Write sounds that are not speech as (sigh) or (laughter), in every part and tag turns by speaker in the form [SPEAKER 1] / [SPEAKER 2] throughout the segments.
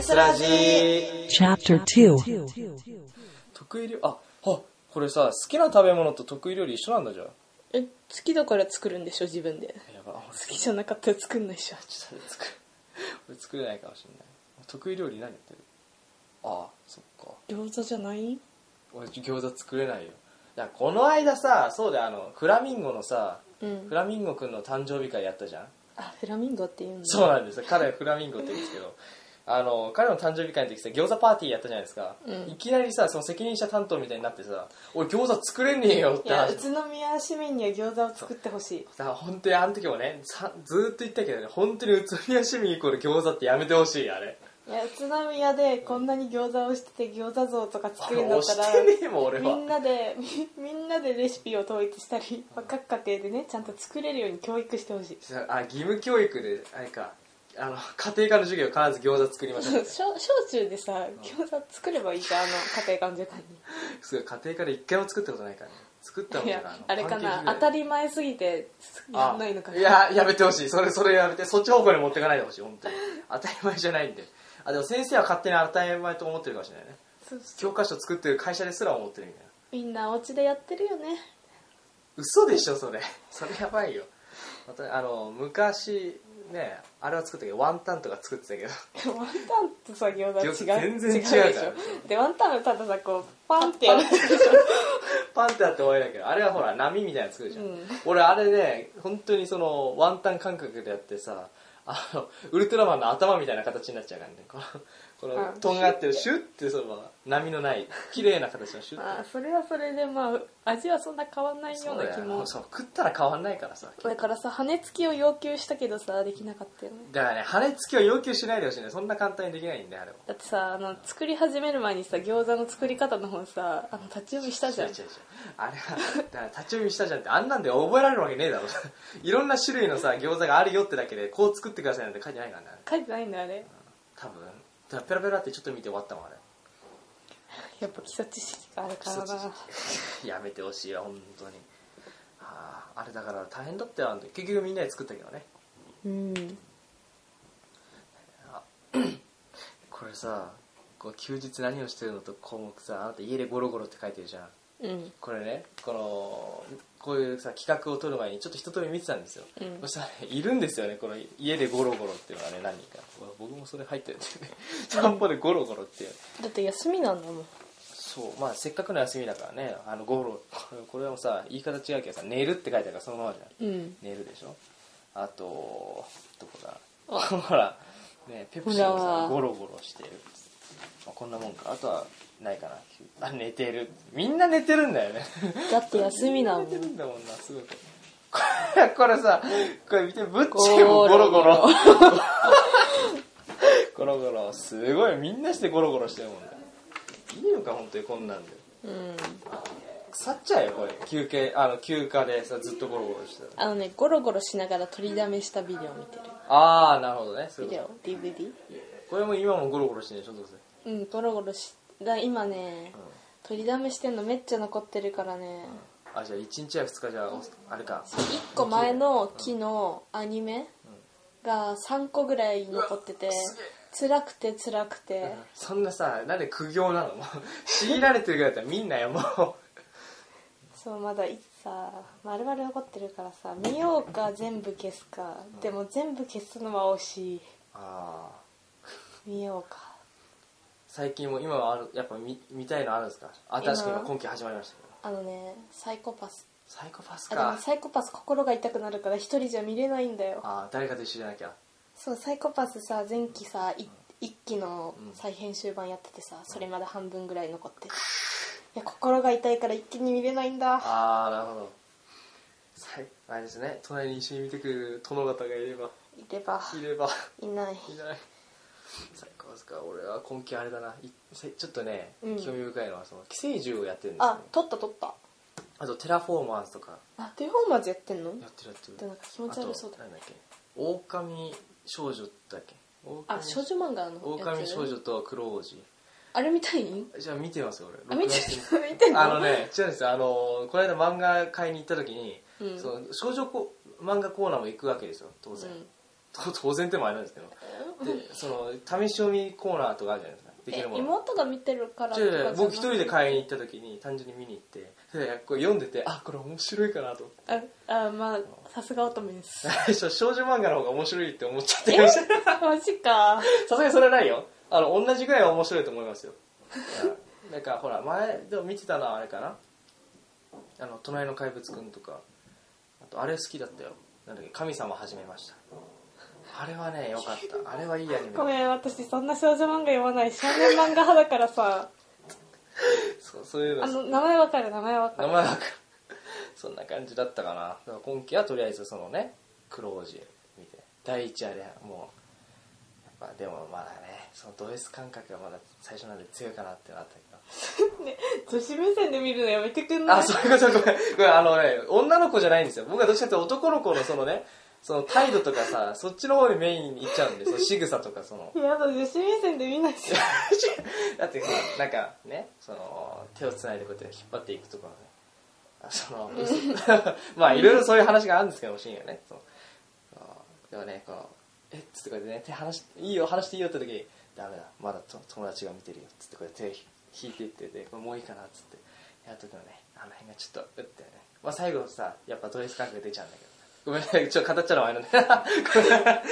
[SPEAKER 1] スラジー
[SPEAKER 2] Chapter 2.
[SPEAKER 3] 得意料ああこれさ好きな食べ物と得意料理一緒なんだじゃん
[SPEAKER 1] え好きだから作るんでしょ自分で
[SPEAKER 3] やば俺
[SPEAKER 1] 好きじゃなかったら作んないでしょ
[SPEAKER 3] ちょっと作る俺作れないかもしれない得意料理何やってるあそっか
[SPEAKER 1] 餃子じゃない
[SPEAKER 3] 俺餃子作れないよいやこの間さそうだよあのフラミンゴのさ
[SPEAKER 1] うん
[SPEAKER 3] フラミンゴくんの誕生日会やったじゃん
[SPEAKER 1] あフラミンゴって言うんだ
[SPEAKER 3] そうなんですよ彼はフラミンゴって言うんですけどあの彼の誕生日会の時さ餃子パーティーやったじゃないですか、
[SPEAKER 1] うん
[SPEAKER 3] いきなりさその責任者担当みたいになってさ「俺餃子作れねえよ」っ
[SPEAKER 1] い
[SPEAKER 3] て
[SPEAKER 1] や
[SPEAKER 3] 話
[SPEAKER 1] 宇都宮市民には餃子を作ってほしい
[SPEAKER 3] だから本当にあの時もねさずーっと言ったけどね本当に宇都宮市民イコール餃子ってやめてほしいあれ
[SPEAKER 1] いや宇都宮でこんなに餃子をしてて餃子像とか作るんだっ
[SPEAKER 3] 押
[SPEAKER 1] た (laughs)
[SPEAKER 3] し
[SPEAKER 1] ら
[SPEAKER 3] てねえもん俺
[SPEAKER 1] みん
[SPEAKER 3] は
[SPEAKER 1] なでみみんなでレシピを統一したり各家庭でねちゃんと作れるように教育してほしい
[SPEAKER 3] あ義務教育であれかあの家庭科の授業必ず餃子作りましょうって
[SPEAKER 1] 小小中でさ餃子作ればいいじゃんあの家庭館時間に
[SPEAKER 3] すごい家庭科で一回も作ったことないからね作ったの
[SPEAKER 1] い
[SPEAKER 3] か
[SPEAKER 1] や
[SPEAKER 3] な
[SPEAKER 1] あれかな
[SPEAKER 3] パ
[SPEAKER 1] 当
[SPEAKER 3] ンケー
[SPEAKER 1] た
[SPEAKER 3] キ
[SPEAKER 1] り前すぎて
[SPEAKER 3] ぐら
[SPEAKER 1] やんないのか
[SPEAKER 3] あ
[SPEAKER 1] ない
[SPEAKER 3] ややめてほしいそれそれやめてそっち方向に持ってかないでほしい本当に当たり前じゃないんであでも先生は勝手に当たり前と思ってるかもしれないね
[SPEAKER 1] そうそう
[SPEAKER 3] 教科書作ってる会社ですら思ってるみたいな
[SPEAKER 1] みんなお家でやってるよね
[SPEAKER 3] 嘘でしょそれそれやばいよまたあの昔ねあれは作ったけどワンタンとか作ってた
[SPEAKER 1] (laughs)
[SPEAKER 3] けど
[SPEAKER 1] (laughs) ワンタンとさ餃子
[SPEAKER 3] 餃
[SPEAKER 1] 違
[SPEAKER 3] 子全
[SPEAKER 1] う
[SPEAKER 3] 然違うから
[SPEAKER 1] でしょでワンタンはたださこうパンってやる
[SPEAKER 3] パンってあって終わりだけどあれはほら波みたいなの作るじゃん、
[SPEAKER 1] うん
[SPEAKER 3] 俺あれね本当にそのワンタン感覚でやってさあのウルトラマンの頭みたいな形になっちゃうからねこのこの
[SPEAKER 1] うん
[SPEAKER 3] とんがってるシュッてその波のない綺麗な形のシュッ
[SPEAKER 1] まあ
[SPEAKER 3] て
[SPEAKER 1] それはそれでまあ味はそんな変わんないよ
[SPEAKER 3] そうう
[SPEAKER 1] な
[SPEAKER 3] だ
[SPEAKER 1] 気
[SPEAKER 3] よ
[SPEAKER 1] も
[SPEAKER 3] ねそう食ったら変わんないからさ
[SPEAKER 1] だからさ羽根付きを要求したけどさできなかったよね
[SPEAKER 3] だからね羽根付きを要求しないでほしいねそんな簡単にできないんだよあれは
[SPEAKER 1] だってさあの作り始める前にさ餃子の作り方の本さあの立ち読みしたじゃん
[SPEAKER 3] 違う違う違うあれはだから立ち読みしたじゃんってあんなんで覚えられるわけねえだろ (laughs) いろんな種類のさ餃子があるよってだけでこう作ってくださいなんて書いてないからね
[SPEAKER 1] 書いてないんだあれ
[SPEAKER 3] 多分だからペラペラってちょっと見て終わったもんあれ
[SPEAKER 1] やっぱ基礎知識があるからな
[SPEAKER 3] 基礎知識 (laughs) やめてほしいわ本当にあーあれだから大変だったよあの時結局みんなで作ったけどね
[SPEAKER 1] うん
[SPEAKER 3] これさこう休日何をしてるのと項目さあなた家でゴロゴロって書いてるじゃん
[SPEAKER 1] うん
[SPEAKER 3] これねこのこういうさ企画を撮る前にちょっと一通り見てたんですよ、 (laughs)
[SPEAKER 1] うん
[SPEAKER 3] そしたらねいるんですよねこの家でゴロゴロっていうのがね何人かうわ僕もそれ入ってるんですよね (laughs) 散歩でゴロゴロっていう
[SPEAKER 1] だって休みなんだもん
[SPEAKER 3] そうまあせっかくの休みだからねあのゴロこれこれはもうさ言い方違うけどさ「寝る」って書いてあるからそのままじゃん
[SPEAKER 1] うん
[SPEAKER 3] 寝るでしょあとどこだほらねペプシ
[SPEAKER 1] ほ
[SPEAKER 3] も
[SPEAKER 1] ら
[SPEAKER 3] さゴロゴロしてる、まあ、こんなもんかあとはないかなあ寝てるみんな寝てるんだよね
[SPEAKER 1] だって休みなん
[SPEAKER 3] 寝て
[SPEAKER 1] だ
[SPEAKER 3] る
[SPEAKER 1] もん
[SPEAKER 3] んだもんなすごいこれ (laughs) これさこれ見てぶっちもゴロゴロ (laughs) ゴロゴロすごいみんなしてゴロゴロしてるもんねいいのか本当にこんなんで
[SPEAKER 1] うん
[SPEAKER 3] 腐っちゃうよこれ休憩あの休暇でさずっとゴロゴロしてたら
[SPEAKER 1] あのねゴロゴロしながら取りだめしたビデオ見てる
[SPEAKER 3] ああなるほどねそうい
[SPEAKER 1] ビ
[SPEAKER 3] うこ
[SPEAKER 1] デ
[SPEAKER 3] と
[SPEAKER 1] オ DVD
[SPEAKER 3] これも今もゴロゴロしてるでしょどうせ
[SPEAKER 1] うんゴロゴロしだ今ね
[SPEAKER 3] うん
[SPEAKER 1] 取りだめしてんのめっちゃ残ってるからね
[SPEAKER 3] あじゃあ1日や2日じゃあおあれか
[SPEAKER 1] 1個前の木のアニメが3個ぐらい残ってて辛くて辛くて
[SPEAKER 3] そんなさなんで苦行なのもう強いられてるぐらいだったらみんなよもう
[SPEAKER 1] そうまだいさ丸々残ってるからさ見ようか全部消すかでも全部消すのは惜しい
[SPEAKER 3] ああ
[SPEAKER 1] 見ようか
[SPEAKER 3] 最近も今はあるやっぱ見見たいのあるんですか新しく今今期始まりましたけど
[SPEAKER 1] あのねサイコパス
[SPEAKER 3] サイコパス
[SPEAKER 1] あでも
[SPEAKER 3] か
[SPEAKER 1] サイコパス心が痛くなるから一人じゃ見れないんだよ
[SPEAKER 3] ああ誰かと一緒じゃなきゃ
[SPEAKER 1] そうサイコパスさ前期さい一期の
[SPEAKER 3] うん
[SPEAKER 1] 再編集版やっててさそれまで半分ぐらい残ってるいや心が痛いから一気に見れないんだ
[SPEAKER 3] ああなるほどさいあれですね隣に一緒に見てくれる殿方がいれば
[SPEAKER 1] いれば
[SPEAKER 3] いれば
[SPEAKER 1] いない
[SPEAKER 3] いない最高ですか俺は今期あれだないせちょっとね、
[SPEAKER 1] うん
[SPEAKER 3] 興味深いのはその寄生獣をやってるんですよ、
[SPEAKER 1] あ
[SPEAKER 3] ね、
[SPEAKER 1] 撮った撮った
[SPEAKER 3] あとテラフォーマーズとか
[SPEAKER 1] あテフォーマーズやってんの
[SPEAKER 3] やってるやって
[SPEAKER 1] で
[SPEAKER 3] る
[SPEAKER 1] もなんか気持ち悪そう
[SPEAKER 3] あと
[SPEAKER 1] だ
[SPEAKER 3] なんだっけ狼少女だっけ
[SPEAKER 1] あ少女漫画のやつ
[SPEAKER 3] 狼少女と黒王子
[SPEAKER 1] あれみたいに
[SPEAKER 3] じゃあ見てますよ俺
[SPEAKER 1] あ見て
[SPEAKER 3] 録画して
[SPEAKER 1] (laughs) る見てんの
[SPEAKER 3] あのね違うんですよあのこの間漫画買いに行った時に、
[SPEAKER 1] うん
[SPEAKER 3] その少女こ漫画コーナーも行くわけですよ当然、
[SPEAKER 1] うん
[SPEAKER 3] と (laughs) 当然でもあれなんですけどでその試し読みコーナーとかあるじゃないですかでき
[SPEAKER 1] え
[SPEAKER 3] るもの
[SPEAKER 1] 妹が見てるから
[SPEAKER 3] 違う違う僕一人で買いに
[SPEAKER 1] に
[SPEAKER 3] 行った時に単純に見に行ってそれでこれ読んでてあこれ面白いかなと (laughs) 思って
[SPEAKER 1] ああまあさすが乙女です
[SPEAKER 3] 最初少女漫画の方が面白いって思っちゃってました
[SPEAKER 1] (laughs) マジか
[SPEAKER 3] さすがにそれはないよあの同じぐらいは面白いと思いますようんなんかほら前でも見てたのはあれかなあの隣の怪物くんとかあとあれ好きだったよなんだっけ神様始めましたあれはねよかったあれはいいアニメ
[SPEAKER 1] ごめん私そんな少女漫画読まない少年漫画派だから (laughs) さ
[SPEAKER 3] そうそういうの
[SPEAKER 1] あの名前わかる名前わか
[SPEAKER 3] 名
[SPEAKER 1] る
[SPEAKER 3] 前わかるそんな感じだったかなだから今期はとりあえずそのね黒王子見て第一あれもうやっぱでもまだねそのド S 感覚がまだ最初なんで強いかなってなったけど
[SPEAKER 1] 女子目線で見るのやめてくんない
[SPEAKER 3] あ、そういうこと、ごめん。ごめん、あのね、女の子じゃないんですよ。僕はどっちかっていうと男の子のそのね、その態度とかさ、そっちの方にメインに行っちゃうんですよ。仕草とかその。
[SPEAKER 1] やだ女子目線で見ない (laughs) し
[SPEAKER 3] (laughs) だってさ、なんかね、その、手を繋いでこうやって引っ張っていくとかね。あその、 (laughs) まあ、いろいろそういう話があるんですけども、深夜ね。そうあーでもね、この、えっつってこうやってね、手離し、いいよ、話していいよって時に、ダメだ、まだと友達が見てるよ、つってこうやって手引いていってて、これもういいかな、つって。やるときのね、あの辺がちょっと、うってね。まあ、最後さ、やっぱドレス感覚出ちゃうんだけど。ごめんなさい、ちょっと語っちゃうのはあれなんで。 (laughs)
[SPEAKER 1] あ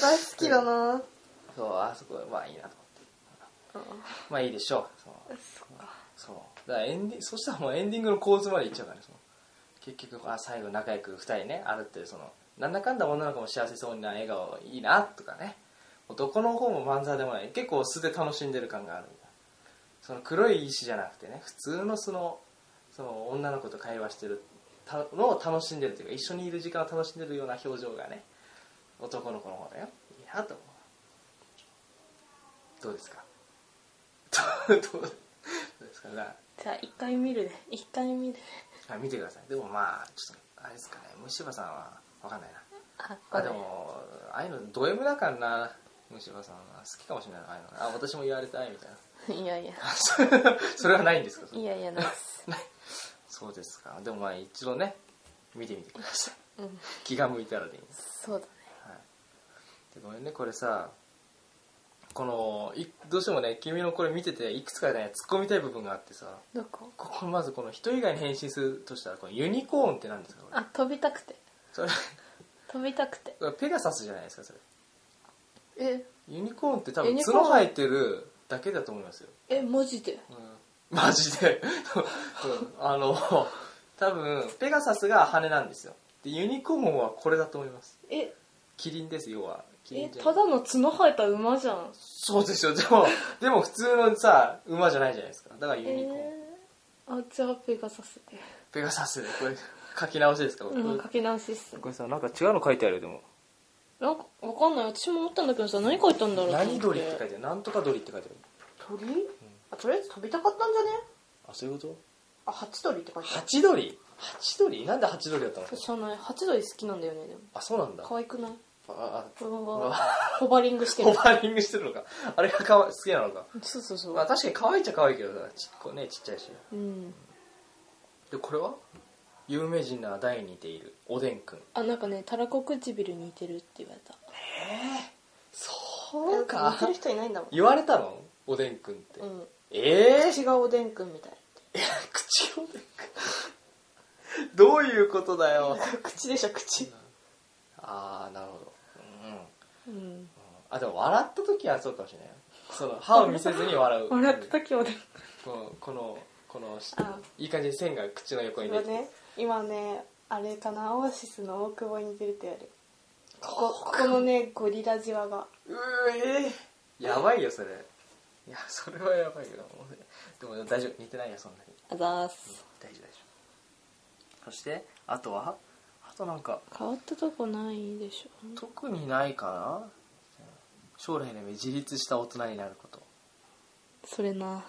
[SPEAKER 1] 大好きだな
[SPEAKER 3] そう、あそこ、まあいいなと思って。まあいいでしょう。そうそう。だからエンディそしたらもうエンディングの構図までいっちゃうからね。その結局、あ、最後仲良く二人ね、あるって、その、なんだかんだ女の子も幸せそうな笑顔いいな、とかね。男の方もまんざらでもない。結構素で楽しんでる感があるみたいな。その黒い石じゃなくてね、普通のその、その女の子と会話してるたのを楽しんでるというか、一緒にいる時間を楽しんでるような表情がね、男の子の方だよ。いいなと思う。どうですか (laughs) どうどうですかね
[SPEAKER 1] じゃあ一回見るね一回見るね
[SPEAKER 3] あ見てくださいでもまあちょっとあれですかね虫歯さんはわかんないな
[SPEAKER 1] あ
[SPEAKER 3] あでもああいうのド M だからな虫歯さんは好きかもしれないなああいうのあ私も言われたいみたいな
[SPEAKER 1] いやいや
[SPEAKER 3] それはないん (laughs) ですかそれ
[SPEAKER 1] いやいやないっす
[SPEAKER 3] そうですかでもまあ一度ね見てみてください
[SPEAKER 1] うん
[SPEAKER 3] 気が向いたらでいいんです
[SPEAKER 1] そうだね
[SPEAKER 3] はい、でごめんねこれさこのいどうしてもね君のこれ見てていくつかね突っ込みたい部分があってさ
[SPEAKER 1] どこ
[SPEAKER 3] ここまずこの人以外に変身するとしたらこのユニコーンって何ですかこれ
[SPEAKER 1] あ飛びたくて
[SPEAKER 3] それ
[SPEAKER 1] 飛びたくて
[SPEAKER 3] これペガサスじゃないですかそれ
[SPEAKER 1] え
[SPEAKER 3] ユニコーンって多
[SPEAKER 1] ユ
[SPEAKER 3] 分
[SPEAKER 1] ニコーン
[SPEAKER 3] 角生えてるだけだと思いますよ、
[SPEAKER 1] えマジで
[SPEAKER 3] うん、マジで、うん、 (laughs) あの多分ペガサスが羽なんですよでユニコーンはこれだと思います
[SPEAKER 1] え
[SPEAKER 3] キリンです要はキリ
[SPEAKER 1] え
[SPEAKER 3] ンじゃ
[SPEAKER 1] た
[SPEAKER 3] ない
[SPEAKER 1] だの角生えた馬じゃん
[SPEAKER 3] そうですよでも (laughs) でも普通のさ馬じゃないじゃないですかだからユニコーン、
[SPEAKER 1] えー、あじゃあペガサスで
[SPEAKER 3] ペガサスこれ書き直しですか、これ
[SPEAKER 1] うん書き直しっすね
[SPEAKER 3] これさなんか違うの書いてあるよでも
[SPEAKER 1] なんかわかんない私も思ったんだけどさ何書いたんだろう
[SPEAKER 3] 何鳥って書いて
[SPEAKER 1] て
[SPEAKER 3] あるなんとか鳥って書いてある
[SPEAKER 1] 鳥、あとりあえず飛びたかったんじゃね
[SPEAKER 3] あそういうこと
[SPEAKER 1] あハチドリって書いて
[SPEAKER 3] ハチドリハチドリなんでハチドリだったの
[SPEAKER 1] ある知らないハチドリ好きなんだよねでも
[SPEAKER 3] あそうなんだ
[SPEAKER 1] 可愛くない
[SPEAKER 3] あ
[SPEAKER 1] これ
[SPEAKER 3] あ
[SPEAKER 1] は
[SPEAKER 3] あ
[SPEAKER 1] ホバリングして
[SPEAKER 3] ホ
[SPEAKER 1] る
[SPEAKER 3] バリングしてるのかあれがかわ好きなのか
[SPEAKER 1] そうそうそ
[SPEAKER 3] まあ
[SPEAKER 1] う
[SPEAKER 3] 確かに可愛いっちゃ可愛いけどさちっこねちっちゃいし
[SPEAKER 1] うん
[SPEAKER 3] でこれは有名人な第に似ているおでんくん
[SPEAKER 1] あなんかねたらこ唇似てるって言われた
[SPEAKER 3] そう
[SPEAKER 1] 似てる人いないんだもん
[SPEAKER 3] 言われたのおでんくんって、
[SPEAKER 1] うん
[SPEAKER 3] ええー、
[SPEAKER 1] 口がおでんくんみたい
[SPEAKER 3] 口をねどういうことだよ
[SPEAKER 1] (laughs) 口でしょ口
[SPEAKER 3] ああなるほど、うん、
[SPEAKER 1] うん
[SPEAKER 3] あでも笑った時はそうかもしれないよその歯を見せずに笑う
[SPEAKER 1] 笑った時おでん
[SPEAKER 3] このこのこの
[SPEAKER 1] あ
[SPEAKER 3] いい感じに線が口の横に
[SPEAKER 1] 今
[SPEAKER 3] 出て
[SPEAKER 1] ね今ねあれかなオアシスの大久保に似てるってやるここここのねゴリラじわが
[SPEAKER 3] うえーやばいよそれいやそれはやばいよもうねでも大丈夫似てないよそんなに
[SPEAKER 1] あざーす
[SPEAKER 3] 大丈夫大丈夫そしてあとはあとなんか
[SPEAKER 1] 変わったとこないでしょ
[SPEAKER 3] 特にないかな将来の夢自立した大人になること
[SPEAKER 1] それな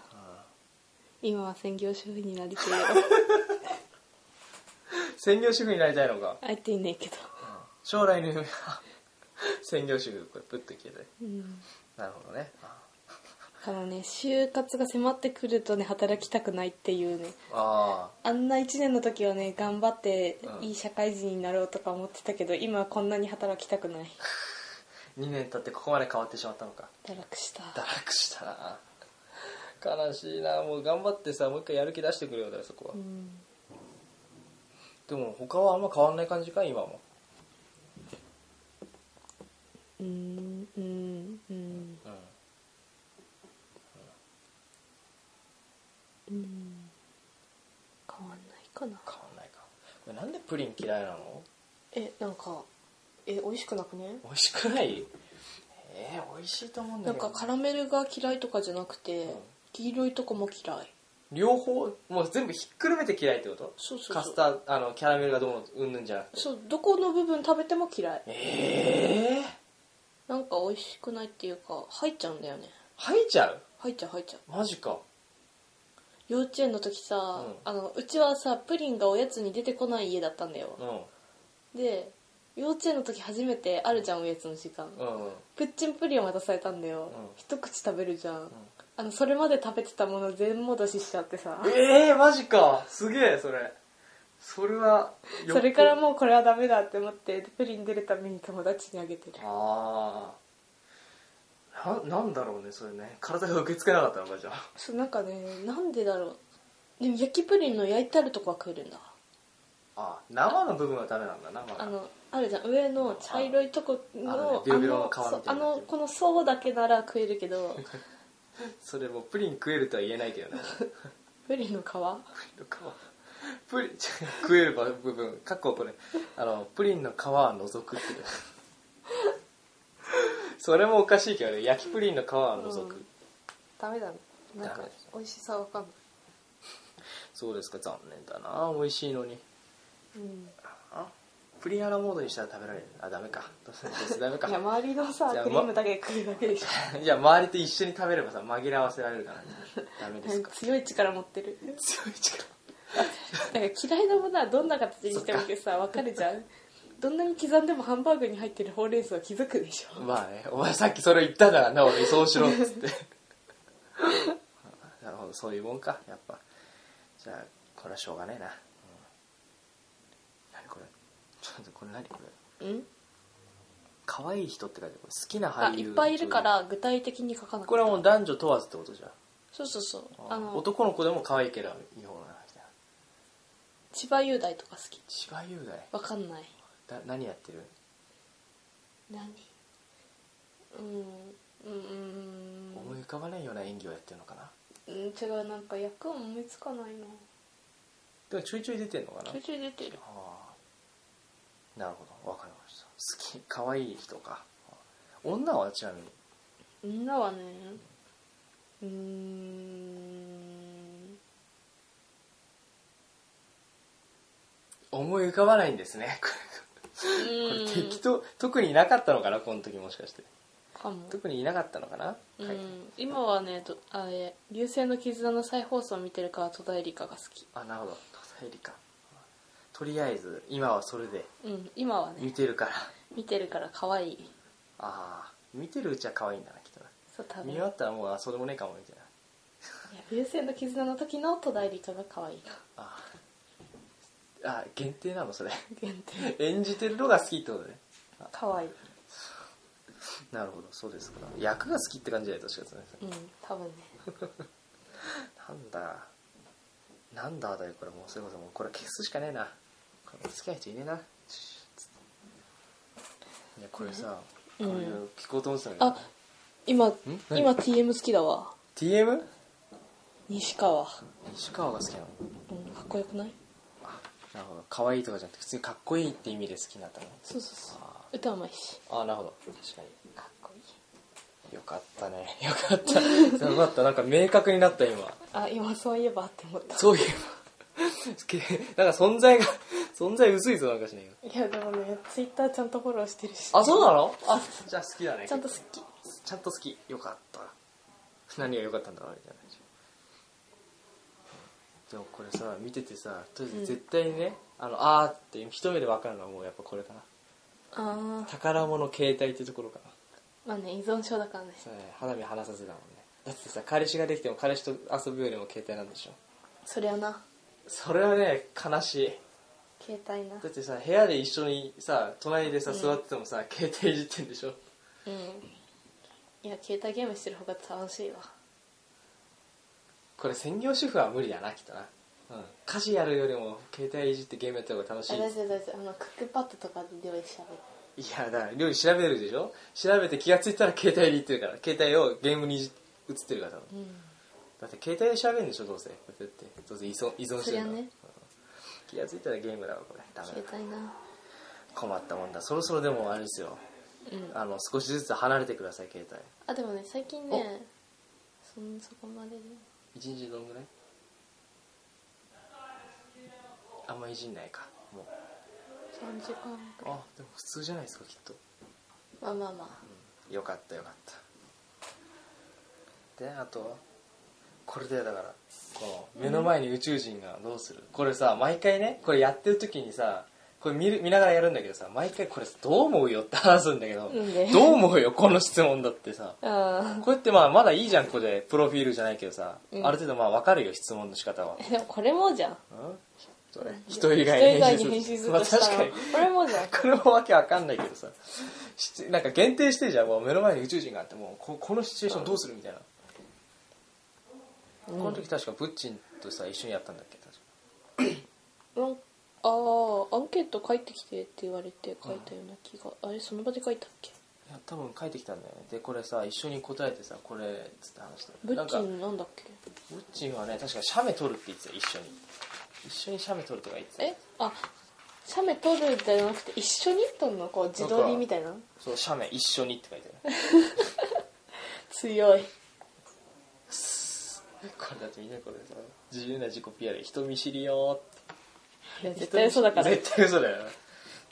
[SPEAKER 1] 今は専業主婦になりて (laughs)
[SPEAKER 3] 専業主婦になりたいのか
[SPEAKER 1] え会えていねえけど
[SPEAKER 3] 将来の夢 (laughs) は専業主婦これプッと消えて
[SPEAKER 1] うん
[SPEAKER 3] なるほどねあ
[SPEAKER 1] あのね就活が迫ってくるとね働きたくないっていうね
[SPEAKER 3] あ
[SPEAKER 1] あんな1年の時はね頑張って
[SPEAKER 3] うん
[SPEAKER 1] いい社会人になろうとか思ってたけど、今はこんなに働きたくない
[SPEAKER 3] あ2年経ってここまで変わってしまったのか
[SPEAKER 1] 堕落した
[SPEAKER 3] 堕落したな悲しいなもう頑張ってさもう一回やる気出してくれよだからそこは、
[SPEAKER 1] うん
[SPEAKER 3] でも他はあんま変わんない感じか今も
[SPEAKER 1] うんうんうん
[SPEAKER 3] うん
[SPEAKER 1] うん変わんないかな
[SPEAKER 3] 変わんないかこれなんでプリン嫌いなの
[SPEAKER 1] えなんかえ美味しくなくね
[SPEAKER 3] 美味しくないえー、美味しいと思うん
[SPEAKER 1] な
[SPEAKER 3] だ
[SPEAKER 1] ん
[SPEAKER 3] けど
[SPEAKER 1] かカラメルが嫌いとかじゃなくて、
[SPEAKER 3] うん
[SPEAKER 1] 黄色いとこも嫌い
[SPEAKER 3] 両方もう全部ひっくるめて嫌いってこと
[SPEAKER 1] そうそうそう
[SPEAKER 3] カスターあのキャラメルがどうのうんぬんじゃなくて
[SPEAKER 1] そうどこの部分食べても嫌い
[SPEAKER 3] ええー、
[SPEAKER 1] なんか美味しくないっていうか入っちゃうんだよね
[SPEAKER 3] 吐いちゃう
[SPEAKER 1] 入っちゃう入っちゃう
[SPEAKER 3] マジか
[SPEAKER 1] 幼稚園の時さ、
[SPEAKER 3] うん
[SPEAKER 1] あのうちはさプリンがおやつに出てこない家だったんだよ
[SPEAKER 3] う、ん
[SPEAKER 1] で幼稚園の時初めてあるじゃんおやつの時間、
[SPEAKER 3] うんうん
[SPEAKER 1] プッチンプリンを渡されたんだよ、
[SPEAKER 3] ん
[SPEAKER 1] 一口食べるじゃん、あのそれまで食べてたもの全戻ししちゃってさ
[SPEAKER 3] ええー、マジかすげえそれそれはよっぽど
[SPEAKER 1] それからもうこれはダメだって思ってプリン出るために友達にあげてる
[SPEAKER 3] ああななんだろうねそれね体が受け付けなかったのかじゃあ
[SPEAKER 1] そうなんかねなんでだろうでも焼きプリンの焼いてあるとこは食えるんだ
[SPEAKER 3] あ生の部分はダメなんだなまだ
[SPEAKER 1] あのあるじゃん上の茶色いとこの
[SPEAKER 3] あのねビロビロの皮みたいになってる
[SPEAKER 1] あのそうあのこの層だけなら食えるけど
[SPEAKER 3] それもうプリン食えるとは言えないけどね (laughs)
[SPEAKER 1] プリンの皮
[SPEAKER 3] プリン食える部分かっここれあのプリンの皮は除くっていうそれもおかしいけどね焼きプリンの皮は除く、
[SPEAKER 1] うんダメだねなん
[SPEAKER 3] ダ
[SPEAKER 1] か
[SPEAKER 3] メです
[SPEAKER 1] 美味しさわかんない
[SPEAKER 3] そうですか残念だな美味しいのに
[SPEAKER 1] うん
[SPEAKER 3] あプリンアラモードにしたら食べられるあダメ
[SPEAKER 1] (laughs)
[SPEAKER 3] かどうせどうせダメか
[SPEAKER 1] いや周りのさ
[SPEAKER 3] じゃあ
[SPEAKER 1] クリームだけ食うだけでしょ
[SPEAKER 3] (laughs) いや周りと一緒に食べればさ紛らわせられるからねダメですか
[SPEAKER 1] (laughs) 強い力持ってる
[SPEAKER 3] 強い力
[SPEAKER 1] だから嫌いなものはどんな形にしてもさわかるじゃんどんなに刻んでもハンバーグに入ってるほうれん草は気づくでしょ
[SPEAKER 3] まあねお前さっきそれ言ったからな俺にそうしろっつって (laughs) なるほどそういうもんかやっぱじゃあこれはしょうがねえな、うん、何これちょっとこれ何これ
[SPEAKER 1] うん
[SPEAKER 3] 可愛い人って書いてあるこれ好きな
[SPEAKER 1] あ
[SPEAKER 3] 俳
[SPEAKER 1] い
[SPEAKER 3] 優
[SPEAKER 1] っぱいいるから具体的に書かなく
[SPEAKER 3] これはもう男女問わずってことじゃん
[SPEAKER 1] そうそうそうあ
[SPEAKER 3] あ
[SPEAKER 1] の
[SPEAKER 3] 男の子でも可愛いけどいい方なみたいな
[SPEAKER 1] 千葉雄大とか好き
[SPEAKER 3] 千葉雄
[SPEAKER 1] わかんない
[SPEAKER 3] 大だ何やってる
[SPEAKER 1] 何うんうん
[SPEAKER 3] 思い浮かばないような演技をやってるのかな
[SPEAKER 1] うんうん違うなんか役は思いつかないな
[SPEAKER 3] でもちょいちょい出てんのかな
[SPEAKER 1] ちょいちょい出てる
[SPEAKER 3] ああなるほどわかりました好き可愛い人か女はちなみに
[SPEAKER 1] みんなはねうーん
[SPEAKER 3] 思い浮かばないんですね (laughs) これこ
[SPEAKER 1] う
[SPEAKER 3] れ
[SPEAKER 1] ん
[SPEAKER 3] 適当特にいなかったのかなこの時もしかして
[SPEAKER 1] かも
[SPEAKER 3] 特にいなかったのかな、
[SPEAKER 1] う
[SPEAKER 3] はい
[SPEAKER 1] ん、今はねとあれ「流星の絆」の再放送を見てるから戸田恵梨香が好き
[SPEAKER 3] あなるほど戸田恵梨香とりあえず今はそれで
[SPEAKER 1] うん今はね
[SPEAKER 3] 見てるから
[SPEAKER 1] 見てるから可愛い
[SPEAKER 3] ああ見てるうちは可愛いんだなきっとな
[SPEAKER 1] そう多分
[SPEAKER 3] 見
[SPEAKER 1] い
[SPEAKER 3] 終わったらもうあそうでもねえかもみたいな
[SPEAKER 1] や流星の絆の時の戸田恵梨香が可愛い
[SPEAKER 3] あああ限定なのそれ
[SPEAKER 1] 限定
[SPEAKER 3] (laughs) 演じてるのが好きってことね
[SPEAKER 1] 可愛い
[SPEAKER 3] なるほどそうですか役が好きって感じだよ確かにね
[SPEAKER 1] うん多分ね
[SPEAKER 3] なんだなんだだよこれもうそれこそもうこれ消すしかねえなこれ好きな人いねえなシュッつっていやこれさ、
[SPEAKER 1] うん
[SPEAKER 3] こういう聞こうと思ってたんだ
[SPEAKER 1] あ今
[SPEAKER 3] 何
[SPEAKER 1] 今 TM 好きだわ
[SPEAKER 3] けど TM?
[SPEAKER 1] 西川、
[SPEAKER 3] 西川が好きなの
[SPEAKER 1] うん、かっこよくない
[SPEAKER 3] なるほど可愛いとかじゃなくて普通にかっこいいって意味で好きになったの
[SPEAKER 1] そうそうそう歌うまいし
[SPEAKER 3] ああなるほど確かに
[SPEAKER 1] かっこいい
[SPEAKER 3] よかったね。よかった。よかった。なんか明確になった今。
[SPEAKER 1] あ今そういえばって思った
[SPEAKER 3] そういえば。なんか存在が、存在薄いぞなんかしないけど
[SPEAKER 1] いやでもねツイッターちゃんとフォローしてるし
[SPEAKER 3] あ、そうなのあ、じゃあ好きだね。
[SPEAKER 1] ちゃんと好き
[SPEAKER 3] ちゃんと好き。よかった。何が良かったんだろうみたいな感じ。でもこれさ、見ててさ、とりあえず絶対にね、あの、あーって一目で分かるのはもうやっぱこれかな。
[SPEAKER 1] ああ
[SPEAKER 3] 宝物携帯ってところかな。
[SPEAKER 1] まあね依存症だからね
[SPEAKER 3] そうね、肌身離さずだもんね。だってさ彼氏ができても彼氏と遊ぶよりも携帯なんでしょ
[SPEAKER 1] そりゃな
[SPEAKER 3] それはね悲しい
[SPEAKER 1] 携帯な
[SPEAKER 3] だってさ部屋で一緒にさ隣でさ
[SPEAKER 1] うん
[SPEAKER 3] 座っててもさ、携帯いじってんでしょ
[SPEAKER 1] うんいや携帯ゲームしてる方が楽しいわ
[SPEAKER 3] これ専業主婦は無理だなきっとな、うん、家事やるよりも携帯いじってゲームやった方が楽しい
[SPEAKER 1] あ大丈夫大丈夫あのクックパッドとかで料理しゃべる
[SPEAKER 3] いやだから料理調べるでしょ調べて気がついたら携帯でいってるから携帯をゲームにいじ映ってるから多分
[SPEAKER 1] うん
[SPEAKER 3] だって携帯で調べるんでしょどうせこうやってやってどうせ依存依存してるの
[SPEAKER 1] そりゃね
[SPEAKER 3] 気がついたらゲームだわこれダメだ
[SPEAKER 1] 携帯な
[SPEAKER 3] 困ったもんだそろそろでもあれですよ
[SPEAKER 1] うん
[SPEAKER 3] あの少しずつ離れてください携帯
[SPEAKER 1] あでもね最近ねそんそこまでで
[SPEAKER 3] 一日どんぐらいあんまいじんないかもう
[SPEAKER 1] 3時間くらい
[SPEAKER 3] あでも普通じゃないですかきっと
[SPEAKER 1] まあまあま
[SPEAKER 3] よかったよかったであとはこれでだからこの目の前に宇宙人がどうする、これさ毎回ねこれやってる時にさこれ見る見ながらやるんだけどさ毎回これどう思うよって話すんだけど、
[SPEAKER 1] なんで
[SPEAKER 3] どう思うよこの質問だってさ
[SPEAKER 1] あうん
[SPEAKER 3] こうやってまあまだいいじゃんここでプロフィールじゃないけどさ、
[SPEAKER 1] うん
[SPEAKER 3] ある程度まあわかるよ質問の仕方は、
[SPEAKER 1] え (laughs) でもこれもじゃん
[SPEAKER 3] うん、それ人以
[SPEAKER 1] 人以
[SPEAKER 3] 外
[SPEAKER 1] 外に返信する
[SPEAKER 3] まあ
[SPEAKER 1] としたら
[SPEAKER 3] 確かに
[SPEAKER 1] これもじ (laughs) ゃん
[SPEAKER 3] これもわけわかんないけどさしなんか限定してじゃんもう目の前に宇宙人があってもうここのシチュエーションどうするみたいな、この時確かブッチンとさ一緒にやったんだっけ確か
[SPEAKER 1] なんああアンケート書いてきてって言われて書いたような気が、あれその場で書いたっけ
[SPEAKER 3] いや多分書いてきたんだよねでこれさ一緒に答えてさこれつって話した
[SPEAKER 1] ブッチ
[SPEAKER 3] なんか
[SPEAKER 1] ンなんだっけ
[SPEAKER 3] ブッチンはね確か写メ撮るって言ってた一緒に一緒に写メ撮るとか言ってた
[SPEAKER 1] えあ写メ撮るじゃなくて一緒に撮るのこう自撮りみたいな
[SPEAKER 3] そう写メ一緒にって書いて
[SPEAKER 1] (laughs)
[SPEAKER 3] ある
[SPEAKER 1] 強い
[SPEAKER 3] これだってみんなこれさ自由な自己 PR で人見知りよーって
[SPEAKER 1] いや絶対嘘だから、
[SPEAKER 3] 絶対嘘だよ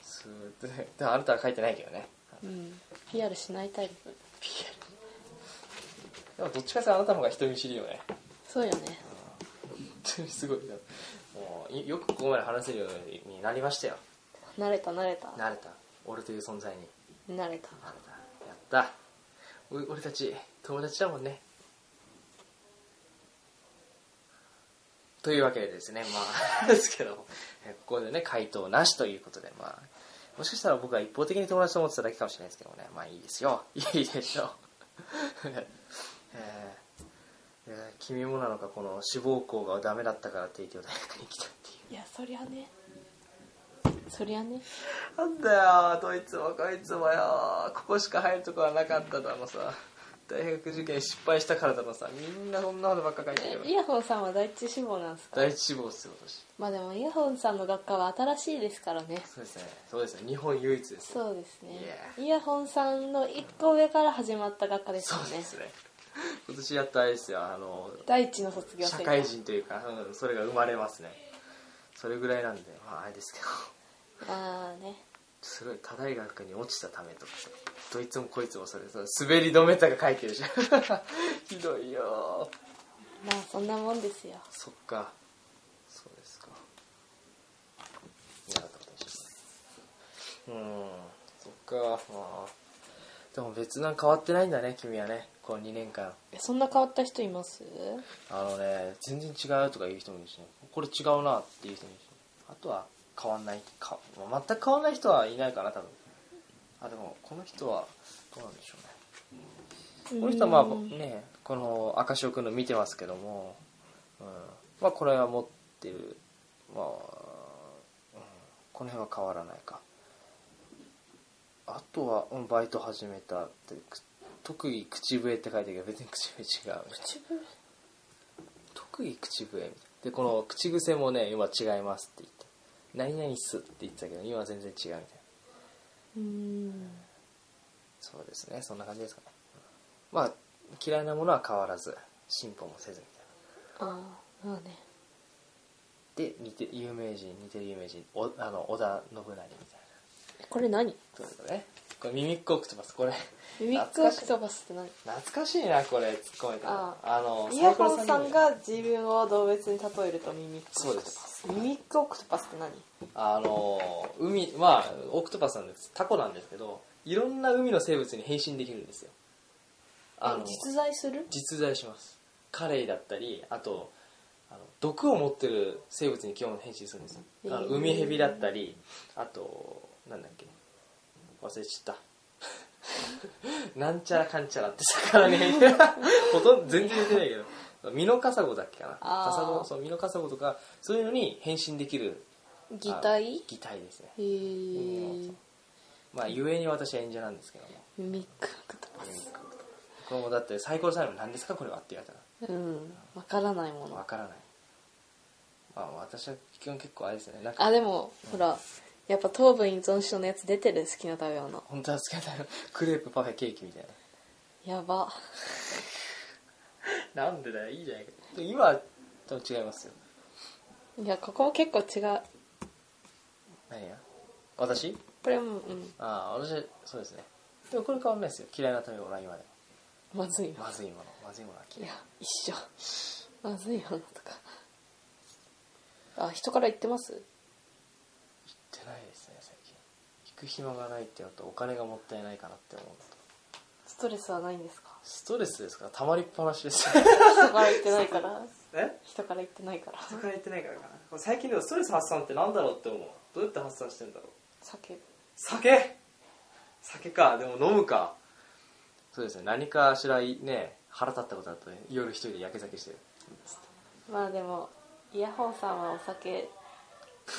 [SPEAKER 3] そうででもあなたは書いてないけどね
[SPEAKER 1] うん、PR しないタイプ
[SPEAKER 3] でもどっちかさあなたの方が人見知りよね (laughs)
[SPEAKER 1] そうよね
[SPEAKER 3] 本当にすごいなもういよくここまで話せるようになりましたよ
[SPEAKER 1] 慣れた慣れた
[SPEAKER 3] 慣れた俺という存在に
[SPEAKER 1] 慣れた
[SPEAKER 3] 慣れたやったお俺たち友達だもんねというわけでですねまあ (laughs) ですけどえここでね回答なしということでまあもしかしたら僕は一方的に友達と思ってただけかもしれないですけどねまあいいですよいいでしょう、 (laughs) えーえー君もなのかこの志望校がダメだったから帝京大学に来たっていう
[SPEAKER 1] いやそりゃねそりゃね
[SPEAKER 3] なんだよどいつもこいつもよここしか入るとこはなかっただのさ大学受験失敗したからだのさみんなそんなことばっか書いてるよ
[SPEAKER 1] えイヤホンさんは第一志望なんですか
[SPEAKER 3] 第一志望っすよ私
[SPEAKER 1] まあでもイヤホンさんの学科は新しいですからね
[SPEAKER 3] そうですねそうですね日本唯一です
[SPEAKER 1] そうですねイヤホンさんの一個上から始まった学科ですよ
[SPEAKER 3] そう
[SPEAKER 1] ね
[SPEAKER 3] ですね今年やったあれですよあの
[SPEAKER 1] 第一の卒業
[SPEAKER 3] 社
[SPEAKER 1] 生
[SPEAKER 3] 会人というか、うん、それが生まれますねそれぐらいなんでまああれですけど
[SPEAKER 1] ああね
[SPEAKER 3] すごい他大学に落ちたためとかさどいつもこいつもそれその滑り止めとか書いてるじゃん (laughs) ひどいよ
[SPEAKER 1] まあそんなもんですよ
[SPEAKER 3] そっかそうですかいなかったことにしよううんそっかまあでも別段変わってないんだね君はねこの2年間
[SPEAKER 1] そんな変わった人います
[SPEAKER 3] あのね全然違うとか言う人もいるしねこれ違うなっていう人もいるしあとは変わんないかまあ全く変わんない人はいないかな多分あでもこの人はどうなんでしょうねこの人はま
[SPEAKER 1] う
[SPEAKER 3] あ
[SPEAKER 1] ん
[SPEAKER 3] ねこの赤潮君の見てますけども、うん、まあこれは持ってるまあ、うん、この辺は変わらないかあとは、うん、バイト始めたってく特技口笛って書いてあるけど別に口笛違うね
[SPEAKER 1] 口笛
[SPEAKER 3] 特技口笛みたいなでこの口癖もね今違いますって言って何々っすって言ってたけど今は全然違うみたいな
[SPEAKER 1] うん
[SPEAKER 3] そうですねそんな感じですかねまあ嫌いなものは変わらず進歩もせずみたいな
[SPEAKER 1] ああまあね
[SPEAKER 3] で似て有名人似てる有名人おあの織田信成みたいな
[SPEAKER 1] これ何
[SPEAKER 3] そういうことねこれミミックオクトパスこれ
[SPEAKER 1] ミミックオクトパスって何
[SPEAKER 3] 懐かしいなこれ突っ込めたの
[SPEAKER 1] あ
[SPEAKER 3] あの
[SPEAKER 1] イヤホン
[SPEAKER 3] サ
[SPEAKER 1] さ
[SPEAKER 3] イコロ
[SPEAKER 1] ん
[SPEAKER 3] にも
[SPEAKER 1] が自分を動物に例えるとミミックオクトパスミミックオクトパスって何
[SPEAKER 3] あの海まあオクトパスなんですタコなんですけどいろんな海の生物に変身できるんですよあの
[SPEAKER 1] 実在する
[SPEAKER 3] 実在しますカレイだったりあとあの毒を持ってる生物に基本変身するんですよあの
[SPEAKER 1] えー
[SPEAKER 3] 海蛇だったりあとなんだっけ忘れちゃった (laughs) なんちゃらかんちゃらって魚
[SPEAKER 1] (laughs)
[SPEAKER 3] に変身ほとんど全然似てないけどミノカサゴだっけかな
[SPEAKER 1] あー
[SPEAKER 3] カサゴそうミノカサゴとかそういうのに変身できる
[SPEAKER 1] 擬態
[SPEAKER 3] あ擬態ですね
[SPEAKER 1] えー、
[SPEAKER 3] まあゆえに私は演者なんですけども
[SPEAKER 1] ミッククとます
[SPEAKER 3] これもだって最高の最後に何ですかこれはって言われたら
[SPEAKER 1] うんわからないも
[SPEAKER 3] わ
[SPEAKER 1] の
[SPEAKER 3] からないまあ私は基本結構あれですねなんか
[SPEAKER 1] あでもほらやっぱ糖分依存症のやつ出てる好きな食べ物
[SPEAKER 3] 本当は好きなのクレープパフェケーキみたい
[SPEAKER 1] やば
[SPEAKER 3] ななんでだよいいじゃないか今は多分違いますよ
[SPEAKER 1] いやここも結構違う
[SPEAKER 3] 何や私
[SPEAKER 1] これもうん
[SPEAKER 3] ああ私そうですねでもこれ変わんないですよ嫌いな食べ物は今で
[SPEAKER 1] まずい
[SPEAKER 3] も
[SPEAKER 1] な
[SPEAKER 3] まずいものまずいものは嫌
[SPEAKER 1] い
[SPEAKER 3] い
[SPEAKER 1] や一緒まずいものとかあ人から言ってます
[SPEAKER 3] 言ってないですね最近聞く暇がないってのとお金がもったいないかなって思うのと
[SPEAKER 1] ストレスはないんですか
[SPEAKER 3] ストレスですからたまりっぱなしです
[SPEAKER 1] 人から言ってないから
[SPEAKER 3] え
[SPEAKER 1] 人から言ってないから
[SPEAKER 3] 人から言ってないからかな最近でもストレス発散ってなんだろうって思うどうやって発散してんだろう
[SPEAKER 1] 酒
[SPEAKER 3] 酒酒かでも飲むかそうですね何かしらね腹立ったことあったね夜一人でやけ酒してる
[SPEAKER 1] まあでもイヤホンさんはお酒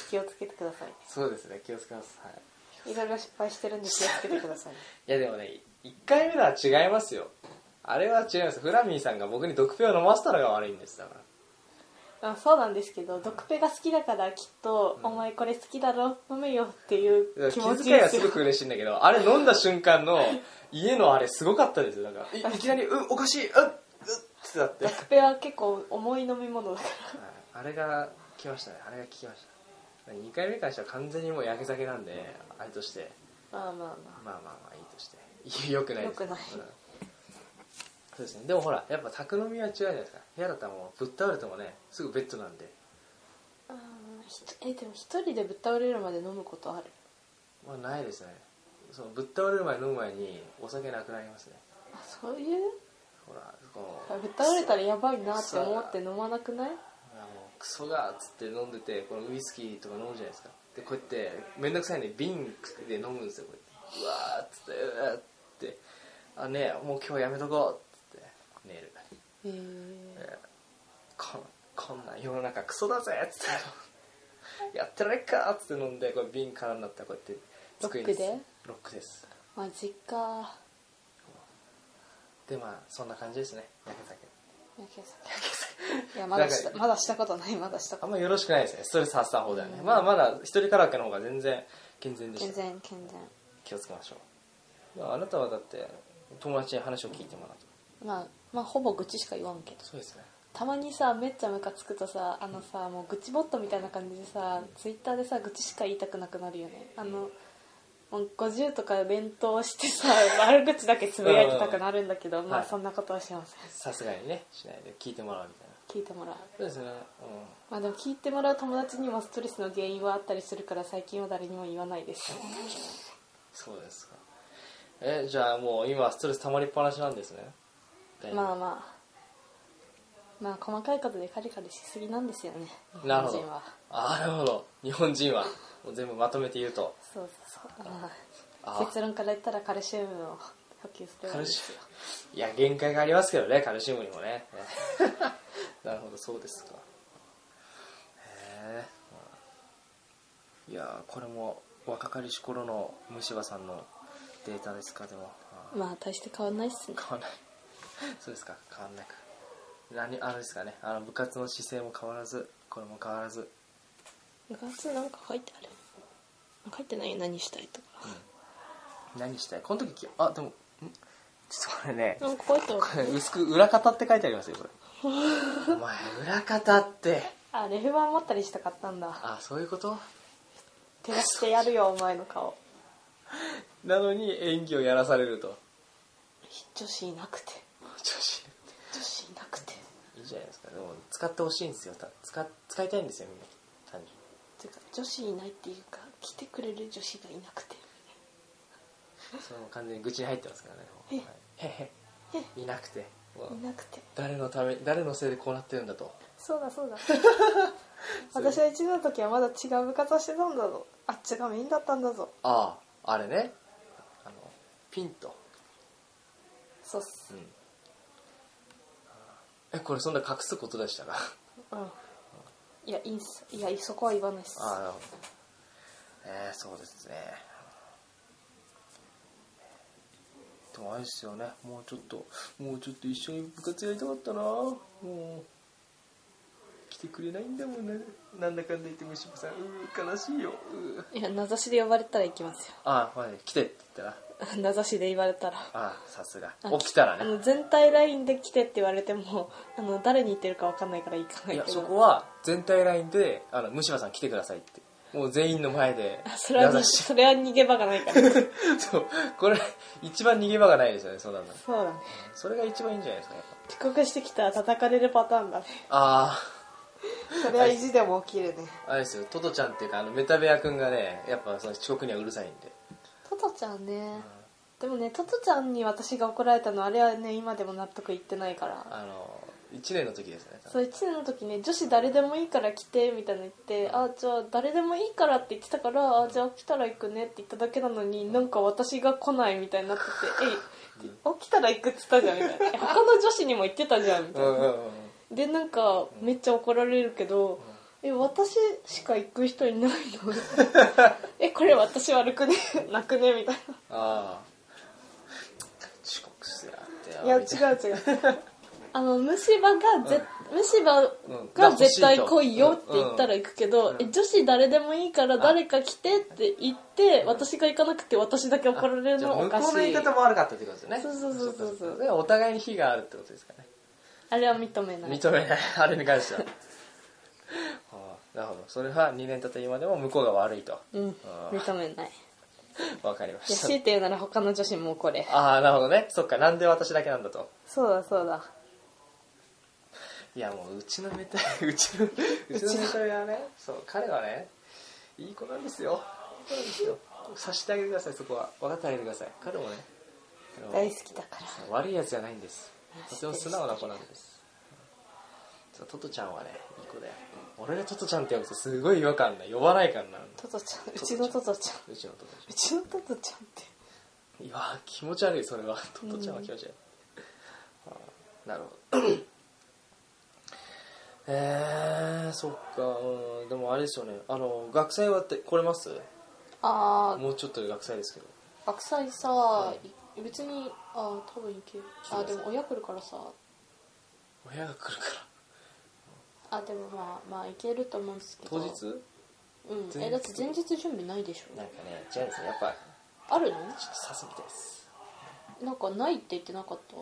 [SPEAKER 1] 気をつけてくださいね
[SPEAKER 3] そうですね気をつけますはい
[SPEAKER 1] いろいろ失敗してるんで気をつけてくださいね
[SPEAKER 3] いやでもね1回目のは違いますよあれは違いますフラミーさんが僕に毒ペを飲ませたのが悪いんですだから
[SPEAKER 1] あそうなんですけど毒ペが好きだからきっと
[SPEAKER 3] う
[SPEAKER 1] 「
[SPEAKER 3] ん
[SPEAKER 1] お前これ好きだろ飲めよ」っていう
[SPEAKER 3] 気
[SPEAKER 1] 気持ち
[SPEAKER 3] 遣い
[SPEAKER 1] で
[SPEAKER 3] は
[SPEAKER 1] す
[SPEAKER 3] す
[SPEAKER 1] よ
[SPEAKER 3] ごく嬉しいんだけどあれ飲んだ瞬間の家のあれすごかったですよだからいいきなり「うおかしいうっうっ」ってなって
[SPEAKER 1] 毒ペは結構重い飲み物だか
[SPEAKER 3] あれが来ましたねあれが来ました2回目に関しては完全にもうやけ酒なんであれとして
[SPEAKER 1] らまあまあま
[SPEAKER 3] まあまあまあいいとして (laughs) よくないです
[SPEAKER 1] 良くない
[SPEAKER 3] うんそうですねでもほらやっぱ宅飲みは違うじゃないですか部屋だったらもうぶっ倒れてもねすぐベッドなんで
[SPEAKER 1] ああーひとえでも一人でぶっ倒れるまで飲むことある
[SPEAKER 3] まあないですねそのぶっ倒れる前に飲む前にお酒なくなりますね
[SPEAKER 1] あそういう
[SPEAKER 3] ほらこ
[SPEAKER 1] あ
[SPEAKER 3] の
[SPEAKER 1] ぶっ倒れたらやばいなって思って飲まなくない
[SPEAKER 3] あのクソがーっつって飲んでてこのウイスキーとか飲むじゃないですかでこうやってめんどくさいんで瓶で飲むんですよこうやってうわーっつってうわーっつってあねもう今日やめとこうっつって寝る、
[SPEAKER 1] えー、
[SPEAKER 3] えーこんこんなん世の中クソだぜっつって (laughs) やってられっかーっつって飲んでこれ瓶からになったらこうやって机に
[SPEAKER 1] ロックで
[SPEAKER 3] ロックです
[SPEAKER 1] マジか
[SPEAKER 3] でまあそんな感じですねやけ酒
[SPEAKER 1] いやけど (laughs) いやまだし
[SPEAKER 3] なんか
[SPEAKER 1] たまだしたことないまだした
[SPEAKER 3] あ
[SPEAKER 1] こ
[SPEAKER 3] んまよろしくないですねストレス発散法だよね、
[SPEAKER 1] うん
[SPEAKER 3] まあまだ一人カラオケの方が全然健全で
[SPEAKER 1] と
[SPEAKER 3] した
[SPEAKER 1] 健全健全
[SPEAKER 3] 気をつけましょういやあなたはだって友達に話を聞いてもらうと
[SPEAKER 1] まあまあほぼ愚痴しか言わんけど
[SPEAKER 3] そうですね
[SPEAKER 1] たまにさめっちゃムカつくとさあのさもう愚痴ボットみたいな感じでさツイッターでさ愚痴しか言いたくなくなるよねあの、もう50とか連投し
[SPEAKER 3] (laughs)
[SPEAKER 1] てさ悪口だけつぶやいてたくなるんだけど、ま
[SPEAKER 3] は
[SPEAKER 1] あ
[SPEAKER 3] い
[SPEAKER 1] そんなことはしません
[SPEAKER 3] さすがにねしないで聞いてもらうみたいな
[SPEAKER 1] 聞いてもらう
[SPEAKER 3] そうですね
[SPEAKER 1] まあでも聞いてもらう友達にもストレスの原因はあったりするから最近は誰にも言わないです
[SPEAKER 3] そうですかえじゃあもう今ストレス溜まりっぱなしなんですね
[SPEAKER 1] まあまあまあ細かいことでカリカリしすぎなんですよね日
[SPEAKER 3] なる
[SPEAKER 1] 本
[SPEAKER 3] ほど
[SPEAKER 1] 人は
[SPEAKER 3] あなるほど日本人はもう全部まとめて言うと
[SPEAKER 1] そうそうそう
[SPEAKER 3] あ
[SPEAKER 1] うん結論から言ったらカルシウムを補給すれば
[SPEAKER 3] カ
[SPEAKER 1] い
[SPEAKER 3] ル
[SPEAKER 1] いで
[SPEAKER 3] シ
[SPEAKER 1] すよ
[SPEAKER 3] ウムいや限界がありますけどねカルシウムにもね (laughs) なるほどそうですかへえいやこれも若かりし頃の虫歯さんのデータですかでもあー
[SPEAKER 1] まあ大して変わんないっすね
[SPEAKER 3] 変わんない (laughs) そうですか変わんないか何あれですかねあの部活の姿勢も変わらずこれも変わらず
[SPEAKER 1] 部活なんか書いてある書いてないよ何したいとか、
[SPEAKER 3] 何したいこの時きあでもんちょっとこれね
[SPEAKER 1] なんか書いてある
[SPEAKER 3] これ薄く裏方って書いてありますよこれお前裏方って
[SPEAKER 1] あレフ板持ったりしたかったんだ
[SPEAKER 3] あそういうこと
[SPEAKER 1] 照らしてやるよお前の顔
[SPEAKER 3] なのに演技をやらされると
[SPEAKER 1] 女子いなくて
[SPEAKER 3] 調子
[SPEAKER 1] 女子いなくて
[SPEAKER 3] いいじゃないですかでも使ってほしいんですよた使使いたいんですよみんな単純に
[SPEAKER 1] ていうか女子いないっていうか来てくれる女子がいなくて
[SPEAKER 3] その完全に愚痴に入ってますからね
[SPEAKER 1] え
[SPEAKER 3] はいへへいなくてもう
[SPEAKER 1] いなくて
[SPEAKER 3] 誰のため誰のせいでこうなってるんだと
[SPEAKER 1] そうだ (laughs) そうだ私は一年の時はまだ違う部活をしてたんだぞあっちがメインだったんだぞ
[SPEAKER 3] あああれねあのピンと、
[SPEAKER 1] そうっす
[SPEAKER 3] うん、えこれそんな隠すことでしたか
[SPEAKER 1] うんいやいいんすいやそこは言わないっす
[SPEAKER 3] ああなるほどえー、そうですねでもあれですよねもうちょっともうちょっと一緒に部活やりたかったなもう来てくれないんだもんねなんだかんだ言って虫歯さんうー悲しいようー
[SPEAKER 1] いや名指しで呼ばれたら行きますよ (laughs)
[SPEAKER 3] ああまあね来てって言ったら
[SPEAKER 1] 名指しで言われたら
[SPEAKER 3] ああさすが
[SPEAKER 1] あ
[SPEAKER 3] 起きたら
[SPEAKER 1] あ
[SPEAKER 3] ね
[SPEAKER 1] の全体ラインで来てって言われてもあの誰に言ってるか分かんないから行かないい
[SPEAKER 3] や
[SPEAKER 1] けど
[SPEAKER 3] そこは全体ラインであの虫歯さん来てくださいってもう全員の前で
[SPEAKER 1] あそれは
[SPEAKER 3] 名
[SPEAKER 1] に
[SPEAKER 3] 指し
[SPEAKER 1] それは逃げ場がないから (laughs) そう
[SPEAKER 3] そうこれ一番逃げ場がないですよねそうなの
[SPEAKER 1] だね
[SPEAKER 3] それが一番いいんじゃないですかやっぱ
[SPEAKER 1] 遅刻してきたら叩かれるパターンだね
[SPEAKER 3] あ
[SPEAKER 1] そ (laughs) れは意地でも起きるね
[SPEAKER 3] ああれですよトトちゃんっていうかあのメタベア君がねやっぱその遅刻にはうるさいんで
[SPEAKER 1] トトちゃんねでもねトトちゃんに私が怒られたのあれはね今でも納得いってないから
[SPEAKER 3] あの1年の時ですね多分
[SPEAKER 1] そう1年の時ね女子誰でもいいから来てみたいなの言ってあじゃあ誰でもいいからって言ってたからあじゃあ来たら行くねって言っただけなのになんか私が来ないみたいになってて「えい起きたら行く」っつったじゃんみ (laughs) たいなえ「他の女子にも言ってたじゃん」みたいな、
[SPEAKER 3] うんうんうん
[SPEAKER 1] でなんかめっちゃ怒られるけど「え私しか行く人いないの? 」 (laughs) えこれ私悪くね (laughs) 泣くね」みたいな
[SPEAKER 3] ああ遅刻すやがってよ
[SPEAKER 1] いや違
[SPEAKER 3] み
[SPEAKER 1] う
[SPEAKER 3] た
[SPEAKER 1] 違
[SPEAKER 3] (laughs)
[SPEAKER 1] うあの虫歯がぜ、虫歯
[SPEAKER 3] う
[SPEAKER 1] が
[SPEAKER 3] んが欲しいと
[SPEAKER 1] 絶対来いよって言ったら行くけど、
[SPEAKER 3] うんうん
[SPEAKER 1] え女子誰でもいいから誰か来てって言って私が行かなくて私だけ怒られるのはおか
[SPEAKER 3] じゃあ向こ
[SPEAKER 1] し
[SPEAKER 3] うの言い
[SPEAKER 1] い
[SPEAKER 3] 方も悪かったってことですよね
[SPEAKER 1] そうそうそうそうそう
[SPEAKER 3] そっかそっかお互いに非があるってことですかね
[SPEAKER 1] あれは認めない
[SPEAKER 3] 認めないあれに関してはああなるほどそれは2年経った今でも向こうが悪いと
[SPEAKER 1] うん
[SPEAKER 3] あー
[SPEAKER 1] 認
[SPEAKER 3] (laughs)
[SPEAKER 1] めない
[SPEAKER 3] わかりま
[SPEAKER 1] いや
[SPEAKER 3] し
[SPEAKER 1] 強いて言うなら他の女子も怒れ
[SPEAKER 3] たああなるほどねそっかなんで私だけなんだと
[SPEAKER 1] そうだそうだ
[SPEAKER 3] いやもううちのメタ (laughs) うちのうちのメタはねそう彼はねいい子なんですよいい子なんですよ察してあげてくださいそこは分かってあげてください彼もね彼も
[SPEAKER 1] 大好きだから
[SPEAKER 3] 悪いやつじゃないんです
[SPEAKER 1] 知
[SPEAKER 3] と
[SPEAKER 1] ってる
[SPEAKER 3] ても素直な子なんですそうトトちゃんはねいい子だよ俺がトトちゃんって呼ぶとすごい違和感だ呼ばないからな
[SPEAKER 1] トトちゃんうちのトトちゃん
[SPEAKER 3] うちのトトち
[SPEAKER 1] うちのトトちゃんって
[SPEAKER 3] ゃんいや気持ち悪いそれはトトちゃんは気持ち悪い、あーなるほど (coughs) えー、そっか、うん、でもあれですよねあの学祭はって来れます
[SPEAKER 1] ああ
[SPEAKER 3] もうちょっとで学祭ですけど
[SPEAKER 1] 学祭さ、い別にああ多分行けるあでも親来るからさ
[SPEAKER 3] 親が来るから
[SPEAKER 1] あでもまあまあいけると思うんですけ
[SPEAKER 3] 当
[SPEAKER 1] ど
[SPEAKER 3] 日
[SPEAKER 1] うん
[SPEAKER 3] 前日
[SPEAKER 1] えだって前日準備ないでし
[SPEAKER 3] な
[SPEAKER 1] ょ
[SPEAKER 3] んかね違うんですねやっぱ
[SPEAKER 1] ある
[SPEAKER 3] ちょっと刺すみたいです
[SPEAKER 1] のなんかないって言ってなかった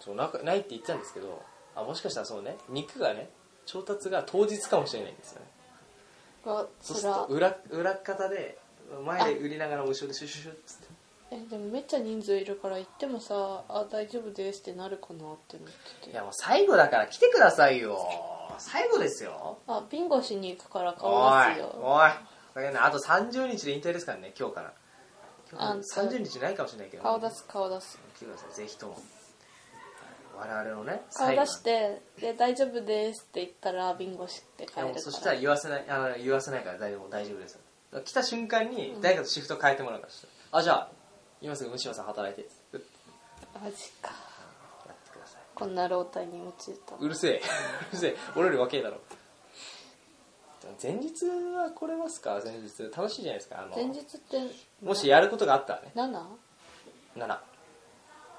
[SPEAKER 3] そうなんかないって言ってたんですけどあもしかしたらそうね肉がね調達が当日かもしれないんですよね
[SPEAKER 1] が
[SPEAKER 3] そ
[SPEAKER 1] そう
[SPEAKER 3] す
[SPEAKER 1] ら
[SPEAKER 3] ると裏裏っ方で前で売りながら後ろでシュシュシュっつって
[SPEAKER 1] えでもめっちゃ人数いるから行ってもさあ大丈夫ですってなるかなって思って
[SPEAKER 3] い
[SPEAKER 1] て
[SPEAKER 3] やもう最後だから来てくださいよ最後ですよ
[SPEAKER 1] あビンゴしに行くから買い
[SPEAKER 3] お
[SPEAKER 1] ま
[SPEAKER 3] い
[SPEAKER 1] すよ
[SPEAKER 3] おいだけどねあと30日で引退ですからね今日から
[SPEAKER 1] あそう
[SPEAKER 3] 30日ないかもしれないけど、
[SPEAKER 1] 顔出す顔出す
[SPEAKER 3] 来てくださいぜひとも我々のね
[SPEAKER 1] 顔出
[SPEAKER 3] の
[SPEAKER 1] してで大丈夫ですって言ったらビンゴして帰
[SPEAKER 3] いやも
[SPEAKER 1] る
[SPEAKER 3] う
[SPEAKER 1] か
[SPEAKER 3] そした
[SPEAKER 1] ら
[SPEAKER 3] ら言わせないあの言わせないから大丈夫大丈夫ですだから来た瞬間に誰かとシフト変えてもらうから、あじゃあ今すぐ虫歯さん働いてって
[SPEAKER 1] マジか
[SPEAKER 3] やってください
[SPEAKER 1] こんな老体に用いた
[SPEAKER 3] うるせえうるせえ俺より若えだろ前日は来れますか前日楽しいじゃないですかあの
[SPEAKER 1] 前日って
[SPEAKER 3] もしやることがあったらね
[SPEAKER 1] 7?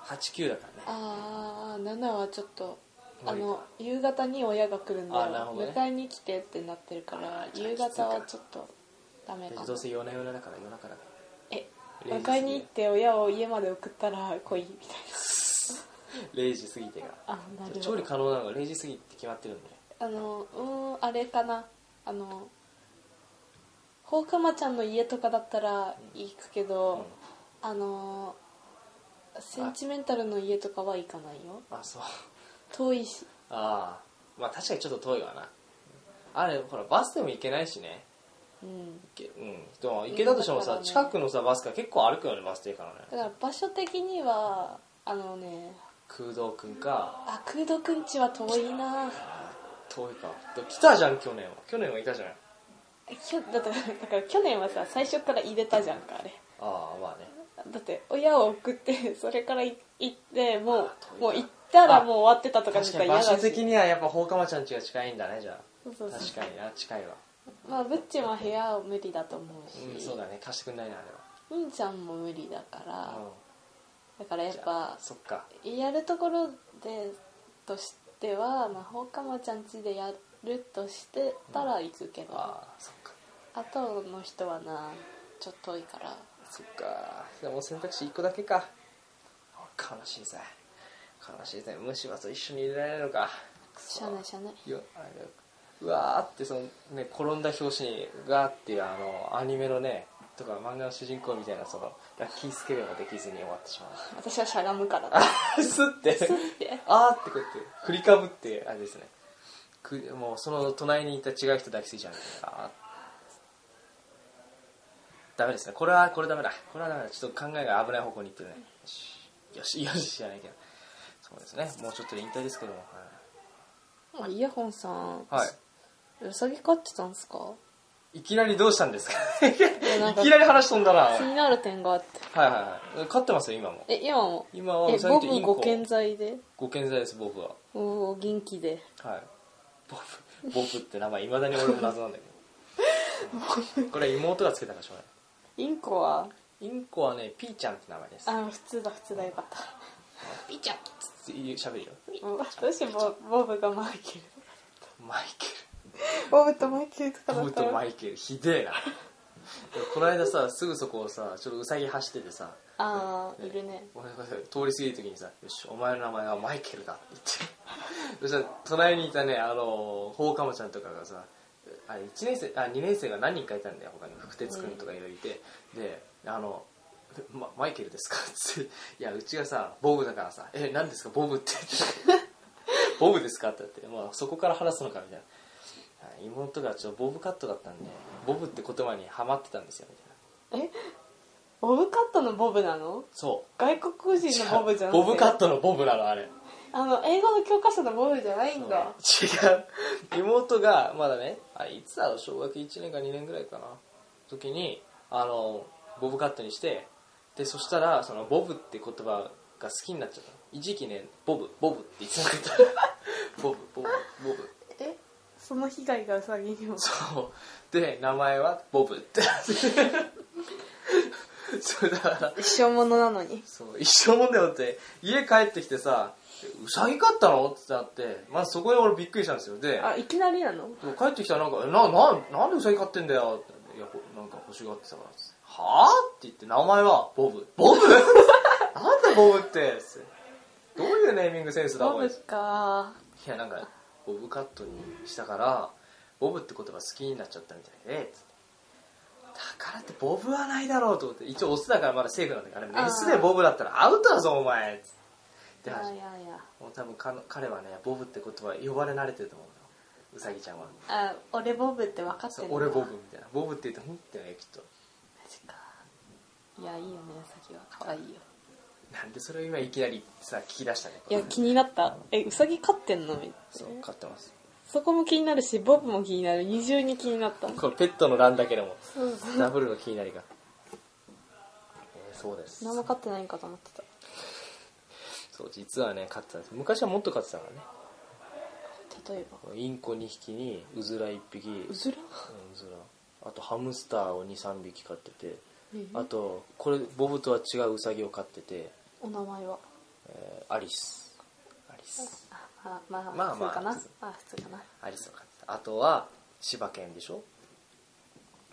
[SPEAKER 3] 789だからね
[SPEAKER 1] ああ7はちょっと
[SPEAKER 3] 無
[SPEAKER 1] あ
[SPEAKER 3] 理か
[SPEAKER 1] の夕方に親が来るんで
[SPEAKER 3] あーなるほどね
[SPEAKER 1] 迎えに来てってなってるから
[SPEAKER 3] ーじゃあ
[SPEAKER 1] 夕方はちょっとダメ
[SPEAKER 3] で
[SPEAKER 1] か
[SPEAKER 3] ど
[SPEAKER 1] な
[SPEAKER 3] うせ夜な夜なだから夜中だか
[SPEAKER 1] え
[SPEAKER 3] 0時過ぎ
[SPEAKER 1] 迎えに行って親を家まで送ったら来いみたい
[SPEAKER 3] ら0時過ぎてから (laughs)
[SPEAKER 1] なあなる
[SPEAKER 3] 調
[SPEAKER 1] ほ
[SPEAKER 3] 理
[SPEAKER 1] ど
[SPEAKER 3] 可能なのが0時過ぎって決まってるんで
[SPEAKER 1] あのうーんあれかなあの放課まちゃんの家とかだったら行くけど、
[SPEAKER 3] うん
[SPEAKER 1] あのセンチメンタルの家とかは行かないよ
[SPEAKER 3] あそう
[SPEAKER 1] 遠いし
[SPEAKER 3] ああまあ確かにちょっと遠いわなあれほらバスでも行けないしね
[SPEAKER 1] うん
[SPEAKER 3] 行けうんでも行けたとしてもさ、
[SPEAKER 1] うんだから
[SPEAKER 3] 近
[SPEAKER 1] ね
[SPEAKER 3] くのさバスから結構歩くよねバス停からね
[SPEAKER 1] だから場所的にはあのね
[SPEAKER 3] 空洞くんか
[SPEAKER 1] あ空洞くんちは遠いな
[SPEAKER 3] 遠いかでも来たじゃん去年は去年はいたじゃない
[SPEAKER 1] きょだってだから去年はさ最初から入れたじゃんかあれ
[SPEAKER 3] ああまあね
[SPEAKER 1] だって親を送って (laughs) それからい行っても
[SPEAKER 3] 遠いな
[SPEAKER 1] うもう行ったらもう終わってたとかだっ
[SPEAKER 3] 確
[SPEAKER 1] た
[SPEAKER 3] からに
[SPEAKER 1] 嫌
[SPEAKER 3] 場所
[SPEAKER 1] だ
[SPEAKER 3] 的
[SPEAKER 1] し
[SPEAKER 3] にはやっぱ放火魔ちゃん家が近いんだねじゃ
[SPEAKER 1] そう
[SPEAKER 3] あ
[SPEAKER 1] そうそう
[SPEAKER 3] 確かにな近いわ
[SPEAKER 1] まあぶっちも部屋は無理だと思うし、
[SPEAKER 3] うんそうだね貸してくんないなあれ
[SPEAKER 1] うんちゃんも無理だから、
[SPEAKER 3] は
[SPEAKER 1] だからや
[SPEAKER 3] うん
[SPEAKER 1] っ
[SPEAKER 3] じゃ
[SPEAKER 1] ぱ
[SPEAKER 3] あそっか
[SPEAKER 1] やるところでとしては、まあ、放課後ちゃんちでやるとしてたら行くけど、
[SPEAKER 3] ああそっか
[SPEAKER 1] 後の人はなちょっと遠いから
[SPEAKER 3] そっかでも選択肢1個だけか悲しいぜ悲しいぜ虫歯と一緒に入れられるのか
[SPEAKER 1] しゃあないしゃあない
[SPEAKER 3] よあれうわーってその、ね、転んだ拍子にガーっていうあのアニメのねとか漫画の主人公みたいなそのラッキースケベができずに終わってしまう (laughs)
[SPEAKER 1] 私はしゃがむからだ
[SPEAKER 3] スッて
[SPEAKER 1] って
[SPEAKER 3] あーってこうやって振りかぶってあれですねくもうその隣にいた違う人抱きついちゃうんであーダメですねこれはこれダメだこれはダメだちょっと考えが危ない方向に行ってるねよしよしよしじゃないけどそうですねもうちょっとで引退ですけどもは
[SPEAKER 1] あイヤホンさん、
[SPEAKER 3] い、はい
[SPEAKER 1] ウサギ飼ってたんですか
[SPEAKER 3] いきなりどうしたんですか
[SPEAKER 1] やなん
[SPEAKER 3] い
[SPEAKER 1] か
[SPEAKER 3] きなり話飛んだな。は
[SPEAKER 1] 気
[SPEAKER 3] い
[SPEAKER 1] になる点があって
[SPEAKER 3] はいはい。飼ってますよ、今も。
[SPEAKER 1] え今も
[SPEAKER 3] 今は
[SPEAKER 1] え
[SPEAKER 3] ウサギ
[SPEAKER 1] ボ
[SPEAKER 3] とイ
[SPEAKER 1] ブ
[SPEAKER 3] ンコ
[SPEAKER 1] ご健在で
[SPEAKER 3] ご健在です、僕は。
[SPEAKER 1] おお元気で
[SPEAKER 3] はい。ボブ、ボブって名前、いまだに俺も謎なんだけど。これ妹がつけたからしょうが
[SPEAKER 1] インコは
[SPEAKER 3] ない。インコはね、ピーちゃんって名前です。
[SPEAKER 1] あ普通だ普通だよかった
[SPEAKER 3] ピーちゃんつって言う喋るよ。
[SPEAKER 1] (laughs) もうどうしてボボブがマイケル
[SPEAKER 3] マイケ
[SPEAKER 1] ボブとマイケルとか
[SPEAKER 3] ル。
[SPEAKER 1] だ
[SPEAKER 3] ボ
[SPEAKER 1] っ
[SPEAKER 3] ブ
[SPEAKER 1] た
[SPEAKER 3] とマ
[SPEAKER 1] ら
[SPEAKER 3] イケル、ひでえな。この間さ、すぐそこをさ、ちょっとウサギ走っててさ、
[SPEAKER 1] ああいるね
[SPEAKER 3] 俺が通り過ぎる時にさ「よしお前の名前はマイケルだ」って (laughs) 言ってそしたら隣にいたねあの放課もちゃんとかがさあれ1年生あ2年生が何人かいたんだよ他に福哲君とかいろいろいて、であのま「マイケルですか?」って (laughs) 「いやうちがさボブだからさえ何ですかボブ」って (laughs) 言って「ボブですか?」って言って、まあ、そこから話すのかみたいなはい妹がちょっとボブカットだったんでボブって言葉にハマってたんですよみたいな
[SPEAKER 1] えボブカットのボブなの
[SPEAKER 3] そう
[SPEAKER 1] (laughs) 外国人のボブじゃなくて
[SPEAKER 3] ボブカットのボブなのあれ
[SPEAKER 1] あの英語の教科書のボブじゃないんだ
[SPEAKER 3] 違う妹がまだねあれいつだろう小学1年か2年ぐらいかな時にあのボブカットにしてでそしたらそのボブって言葉が好きになっちゃったの一時期ねボブボブって言ってなかった (laughs) ボブボブボブ
[SPEAKER 1] えその被害がウサギにも
[SPEAKER 3] そうで名前はボブって (laughs) そうだから
[SPEAKER 1] 一生ものなのに
[SPEAKER 3] そう一生もんだよって家帰ってきてさ「うさぎ飼ったの?」ってなってまずそこで俺びっくりしたんですよで
[SPEAKER 1] あいきなりなの
[SPEAKER 3] 帰ってきたらなんか「えなななんでウサギ飼ってんだよ」って「いやほなんか欲しがってたから」つって「はあ?」って言って名前はボブボブ (laughs) なんだボブってつってどういうネーミングセンスだ
[SPEAKER 1] ボ
[SPEAKER 3] これ
[SPEAKER 1] ブ
[SPEAKER 3] い
[SPEAKER 1] か
[SPEAKER 3] やなんかボブカットにしたからボブって言葉好きになっちゃったみたいでつってだからってボブはないだろうと思って一応オスだからまだセーフなんだけどあれメスでボブだったらアウトだぞお前つって
[SPEAKER 1] いや
[SPEAKER 3] 話
[SPEAKER 1] いやいや
[SPEAKER 3] もう多分かの彼はねボブって言葉呼ばれ慣れてると思うよウサギちゃんは
[SPEAKER 1] あ俺ボブって分かって
[SPEAKER 3] そう
[SPEAKER 1] る
[SPEAKER 3] 俺ボブみたいなボブって言うとふんってねきっと
[SPEAKER 1] マジかいやいいよねウサギは可愛いよ
[SPEAKER 3] なんでそれを今いきなりさ聞き出したね
[SPEAKER 1] いや気になったえウサギ飼ってんの
[SPEAKER 3] そう飼ってます
[SPEAKER 1] そこも気になるしボブも気になる二重に気になった
[SPEAKER 3] これペットの欄だけでも
[SPEAKER 1] そうそう
[SPEAKER 3] ダブルの気になりが、えーそうです
[SPEAKER 1] 何も飼ってないんかと思ってた
[SPEAKER 3] そう実はね飼ってたんです昔はもっと飼ってたからね
[SPEAKER 1] 例えば
[SPEAKER 3] インコ2匹にうずら1匹うん
[SPEAKER 1] うずら
[SPEAKER 3] うずらあとハムスターを23匹飼ってて
[SPEAKER 1] え
[SPEAKER 3] あとこれボブとは違うウサギを飼ってて、
[SPEAKER 1] お名前は
[SPEAKER 3] えーアリスアリス
[SPEAKER 1] あまあまあ、
[SPEAKER 3] まあまあ
[SPEAKER 1] 普通かな
[SPEAKER 3] 普通
[SPEAKER 1] あ普通かな
[SPEAKER 3] アリスを飼ってたあとは柴犬でしょ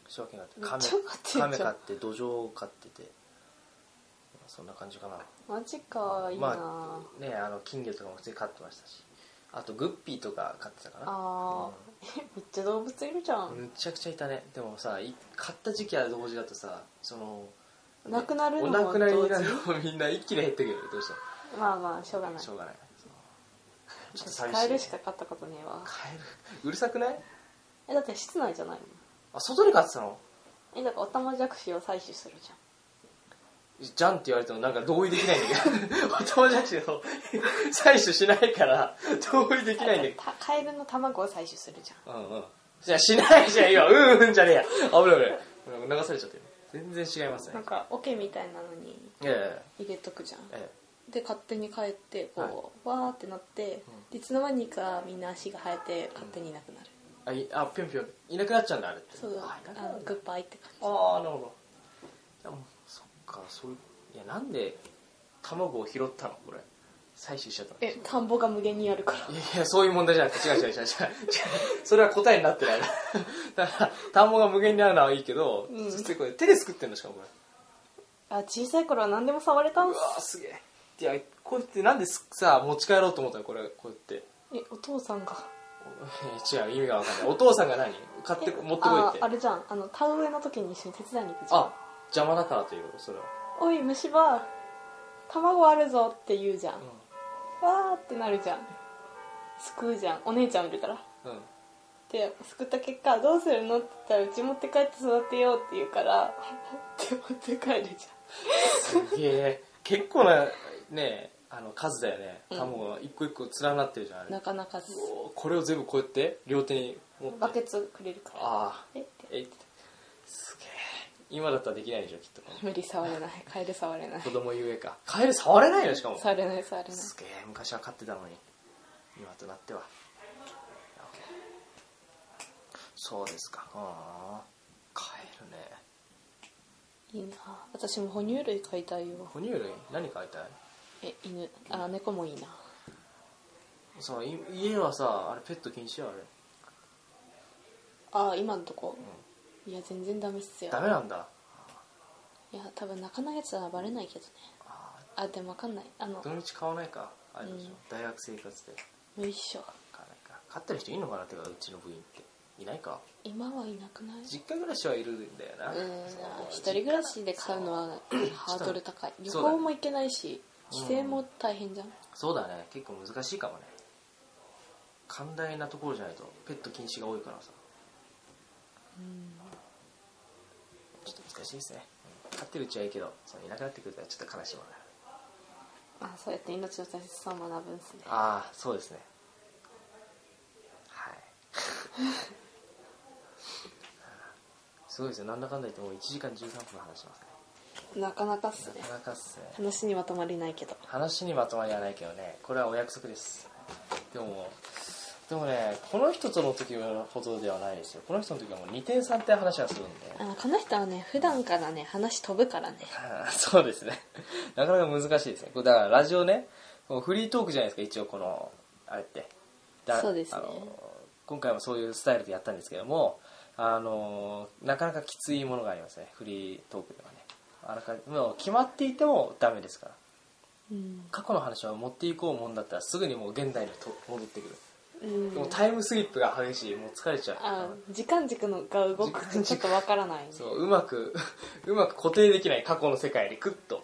[SPEAKER 3] 柴犬飼って
[SPEAKER 1] めっちゃ飼ってん
[SPEAKER 3] 亀
[SPEAKER 1] じゃ
[SPEAKER 3] 飼
[SPEAKER 1] ん
[SPEAKER 3] って土壌を飼っててそんな感じかな
[SPEAKER 1] マジかいいな、
[SPEAKER 3] まあねあの金魚とかも普通に飼ってましたしあとグッピーとか飼ってたかな
[SPEAKER 1] あー、え (laughs) めっちゃ動物いるじゃん、
[SPEAKER 3] むちゃくちゃいたねでもさい買った時期は同時だとさその
[SPEAKER 1] 亡くなるの
[SPEAKER 3] お
[SPEAKER 1] も
[SPEAKER 3] 亡くなりになる
[SPEAKER 1] 同
[SPEAKER 3] のもみんな一気に減ってくるよどうし
[SPEAKER 1] まあまあしょうが
[SPEAKER 3] た
[SPEAKER 1] な
[SPEAKER 3] ら
[SPEAKER 1] い
[SPEAKER 3] しょうがないそうちょっと
[SPEAKER 1] 私
[SPEAKER 3] 寂しい
[SPEAKER 1] カエルしか飼ったことねえわ
[SPEAKER 3] カエルうるさくない
[SPEAKER 1] えだって室内じゃないもん
[SPEAKER 3] あ外で飼ってたの
[SPEAKER 1] えだからおたまじゃくしを採取するじゃん
[SPEAKER 3] じゃんって言われてもなんか同意できないんだけど (laughs) お友達を採取しないから同意できないんだけど
[SPEAKER 1] たカエルの卵を採取するじゃ
[SPEAKER 3] うんうんじゃあしないじゃん今うんうんじゃねえや危ない危ない流されちゃってる全然違います
[SPEAKER 1] んな
[SPEAKER 3] ね
[SPEAKER 1] んか桶みたいなのに
[SPEAKER 3] いやいやいや
[SPEAKER 1] 入れとくじゃん
[SPEAKER 3] え
[SPEAKER 1] で勝手に帰ってこう、わーってなって、いつの間にかみんな足が生えて勝手にいなくなる、
[SPEAKER 3] えあいあぴょんぴょんいなくなっちゃうんだあれって
[SPEAKER 1] そうだ
[SPEAKER 3] あいなくな
[SPEAKER 1] あ
[SPEAKER 3] る
[SPEAKER 1] のグッバイって感じ
[SPEAKER 3] ああなるほどいやもうそっかそういういやなんで卵を拾ったのこれ採取しちゃったの
[SPEAKER 1] え田んぼが無限にあるから
[SPEAKER 3] いやいや、そういう問題じゃなくて、違う違う違う違う。違うそれは答えになって
[SPEAKER 1] (laughs)
[SPEAKER 3] ないな。だから、田んぼが無限にあるのはいいけど、
[SPEAKER 1] うん
[SPEAKER 3] そしてこれ手ですくってんのしかもこれ。
[SPEAKER 1] あ小さい頃は何でも触れたん
[SPEAKER 3] う
[SPEAKER 1] す
[SPEAKER 3] わーすげえ。いや、こうやってなんですさ、持ち帰ろうと思ったのこれ、こうやって。
[SPEAKER 1] えお父さんが
[SPEAKER 3] おいや違う、意味がわかんない。お父さんが何買ってこ、持ってこいっ
[SPEAKER 1] あ
[SPEAKER 3] て。
[SPEAKER 1] あれじゃんあの田植えの時に一緒に手伝いに行くじゃん
[SPEAKER 3] あ、邪魔だからということ、それは。
[SPEAKER 1] おい虫歯卵あるぞって言うじゃん、わーってなるじゃん救うじゃんお姉ちゃんいるから
[SPEAKER 3] うん。うん。
[SPEAKER 1] で救った結果どうするのって言ったらうち持って帰って育てようって言うから (laughs) って持って帰るじ
[SPEAKER 3] すげえ。結構な、ねあの、数だよね。卵が一個一個連なってるじゃん、あ
[SPEAKER 1] ゃん
[SPEAKER 3] れ。
[SPEAKER 1] なかなか
[SPEAKER 3] うおーこれを全部こうやって、両手に持って。
[SPEAKER 1] バケツくれるから
[SPEAKER 3] ああ。
[SPEAKER 1] えって
[SPEAKER 3] えすげえ今だったらできないでしょきっと
[SPEAKER 1] 無理触れないカエル触れない
[SPEAKER 3] 子供ゆえかカエル触れないのしかも
[SPEAKER 1] 触れない触れない
[SPEAKER 3] すげえ昔は飼ってたのに今となっては OK そうですかああカエルね
[SPEAKER 1] いいな私も哺乳類飼いたいよ
[SPEAKER 3] 哺乳類何飼いたい
[SPEAKER 1] え犬あ猫もいいな
[SPEAKER 3] さい家はさあれペット禁止よあれ
[SPEAKER 1] あ今のとこ、いや全然ダメっすよ
[SPEAKER 3] ダメなんだ
[SPEAKER 1] いや多分泣かないやつはバレないけどね
[SPEAKER 3] ああ
[SPEAKER 1] あでも分かんないあの
[SPEAKER 3] どのうち買わないかあれでしょ、
[SPEAKER 1] うん
[SPEAKER 3] 大学生活で
[SPEAKER 1] 無理っしょ
[SPEAKER 3] 買わないか飼ってる人いるのかなってかうちの部員っていないか
[SPEAKER 1] 今はいなくない
[SPEAKER 3] 実家暮らしはいるんだよな
[SPEAKER 1] うん
[SPEAKER 3] そう
[SPEAKER 1] 一人暮らしで買うのはハードル高い旅
[SPEAKER 3] そうだね
[SPEAKER 1] 行も行けないし帰省も大変じゃん
[SPEAKER 3] そうだね結構難しいかもね寛大なところじゃないとペット禁止が多いからさちょっと難しいですねうん飼ってるうちはいいけどそのいなくなってくるとちょっと悲しいもんね
[SPEAKER 1] あそうやって命の大切さを学ぶんすね
[SPEAKER 3] ああそうですね
[SPEAKER 1] (laughs)
[SPEAKER 3] はいすごいですよなんだかんだ言ってもう1時間13分話します
[SPEAKER 1] なかなかっす
[SPEAKER 3] ね
[SPEAKER 1] ね
[SPEAKER 3] なかなかっすね
[SPEAKER 1] 話にまとまりないけど
[SPEAKER 3] 話にまとまりはないけどねこれはお約束ですでもでもねこの人との時ほどではないですよこの人の時はもう2点3点話はするんで (laughs)
[SPEAKER 1] あこの人はね普段からね話飛ぶからね
[SPEAKER 3] あーそうですねなかなか難しいですねこれだからラジオねこうフリートークじゃないですか一応このあれってだ
[SPEAKER 1] そうですね
[SPEAKER 3] あの今回もそういうスタイルでやったんですけどもあのなかなかきついものがありますねフリートークではねあらかもう決まっていてもダメですから
[SPEAKER 1] うん、
[SPEAKER 3] 過去の話を持っていこうもんだったらすぐにもう現代にと戻ってくる、
[SPEAKER 1] うん
[SPEAKER 3] もうタイムスリップが激しいもう疲れちゃう
[SPEAKER 1] あ時間軸のが動くとちょっとわからないね
[SPEAKER 3] そううまく (laughs) うまく固定できない過去の世界にクッと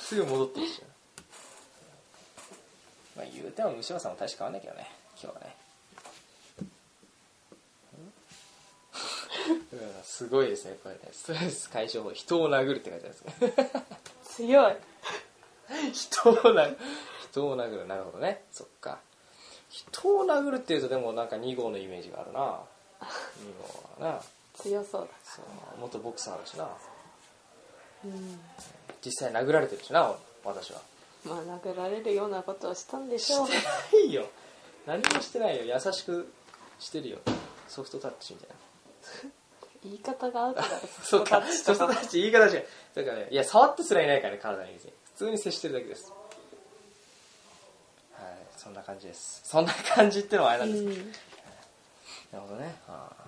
[SPEAKER 3] すぐ戻ってきちゃうまあ言うても虫歯さんも大して変わんないけどね今日はねん (laughs) うんすごいですねこれねストレス解消法人を殴るって書いてあるんですね
[SPEAKER 1] 強い
[SPEAKER 3] 人を殴る人を殴るなるほどねそっか人を殴るっていうとでもなんか2号のイメージがあるな2号はな
[SPEAKER 1] 強そうだ
[SPEAKER 3] そう元ボクサーだしな
[SPEAKER 1] うん
[SPEAKER 3] 実際殴られてるしな私は
[SPEAKER 1] まあ殴られるようなことをしたんでしょう
[SPEAKER 3] いいよ何もしてないよ優しくしてるよソフトタッチみたいな
[SPEAKER 1] 言い方がアウトだろ
[SPEAKER 3] そうかソ
[SPEAKER 1] そ
[SPEAKER 3] フ
[SPEAKER 1] こ
[SPEAKER 3] ト
[SPEAKER 1] だ
[SPEAKER 3] タッチ言い方違うだからねいや触ってすらいないからね体に別に普通に接してるだけですはいそんな感じですそんな感じってのはあれなんですけど
[SPEAKER 1] うん
[SPEAKER 3] なるほどね、はあ、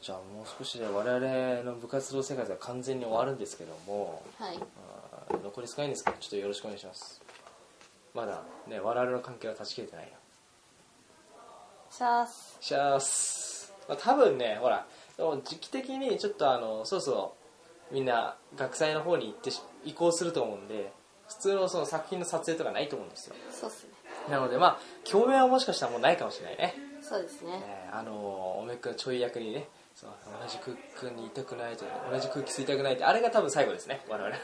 [SPEAKER 3] じゃあもう少しで我々の部活動生活が完全に終わるんですけども、
[SPEAKER 1] はい
[SPEAKER 3] あー残り少ないんですけどちょっとよろしくお願いしますまだね我々の関係は断ち切れてないよ
[SPEAKER 1] シャース
[SPEAKER 3] しゃーす、まあ、多分ねほらでも時期的にちょっとあのそうそうみんな学祭の方に行ってし移行すると思うんで普通のその作品の撮影とかないと思うんですよ
[SPEAKER 1] そうっすね
[SPEAKER 3] なのでまあ共演はもしかしたらもうないかもしれないね
[SPEAKER 1] そうですね
[SPEAKER 3] ねあのおめくんちょい役にねそう同じ空間にいたくないと同じ空気吸いたくないってあれが多分最後ですね我々の
[SPEAKER 1] い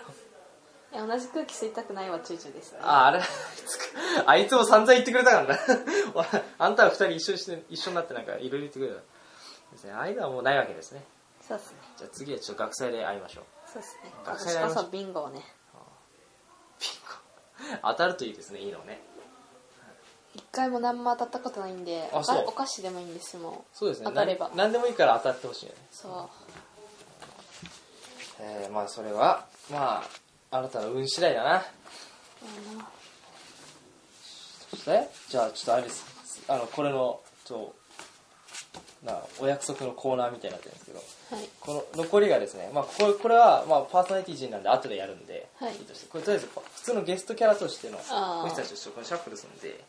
[SPEAKER 1] や同じ空気吸いたくないは躊躇ですよね
[SPEAKER 3] あああれ (laughs) あいつも散々言ってくれたからな (laughs) あんたら二人一緒にして一緒になってなんかいろいろ言ってくれたですね間はもうないわけですね
[SPEAKER 1] そうですね
[SPEAKER 3] じゃあ次はちょっと学祭で会いましょう
[SPEAKER 1] そうですね
[SPEAKER 3] 学
[SPEAKER 1] 私
[SPEAKER 3] 生になり
[SPEAKER 1] こ
[SPEAKER 3] ました
[SPEAKER 1] そビンゴをね
[SPEAKER 3] ピンコ当たるといいですねいいのね
[SPEAKER 1] 一回も何も当たったことないんで
[SPEAKER 3] あ
[SPEAKER 1] お
[SPEAKER 3] そう
[SPEAKER 1] 菓お菓子でもいいんですもう
[SPEAKER 3] そうですね
[SPEAKER 1] 当たれば
[SPEAKER 3] な何でもいいから当たってほしいよね
[SPEAKER 1] そ
[SPEAKER 3] えー、まあそれはまああなたの運次第だなそしてじゃあちょっとあれですあのこれのちょっとなお約束のコーナーみたいになってるんですけど
[SPEAKER 1] うはい
[SPEAKER 3] この残りがですね、まあ、これこれは、まあ、パーソナリティ陣なんで後でやるんで、
[SPEAKER 1] はい
[SPEAKER 3] としてこれとりあえず普通のゲストキャラとしてのこ
[SPEAKER 1] あー
[SPEAKER 3] の人たちとしてこのシャッフルするんで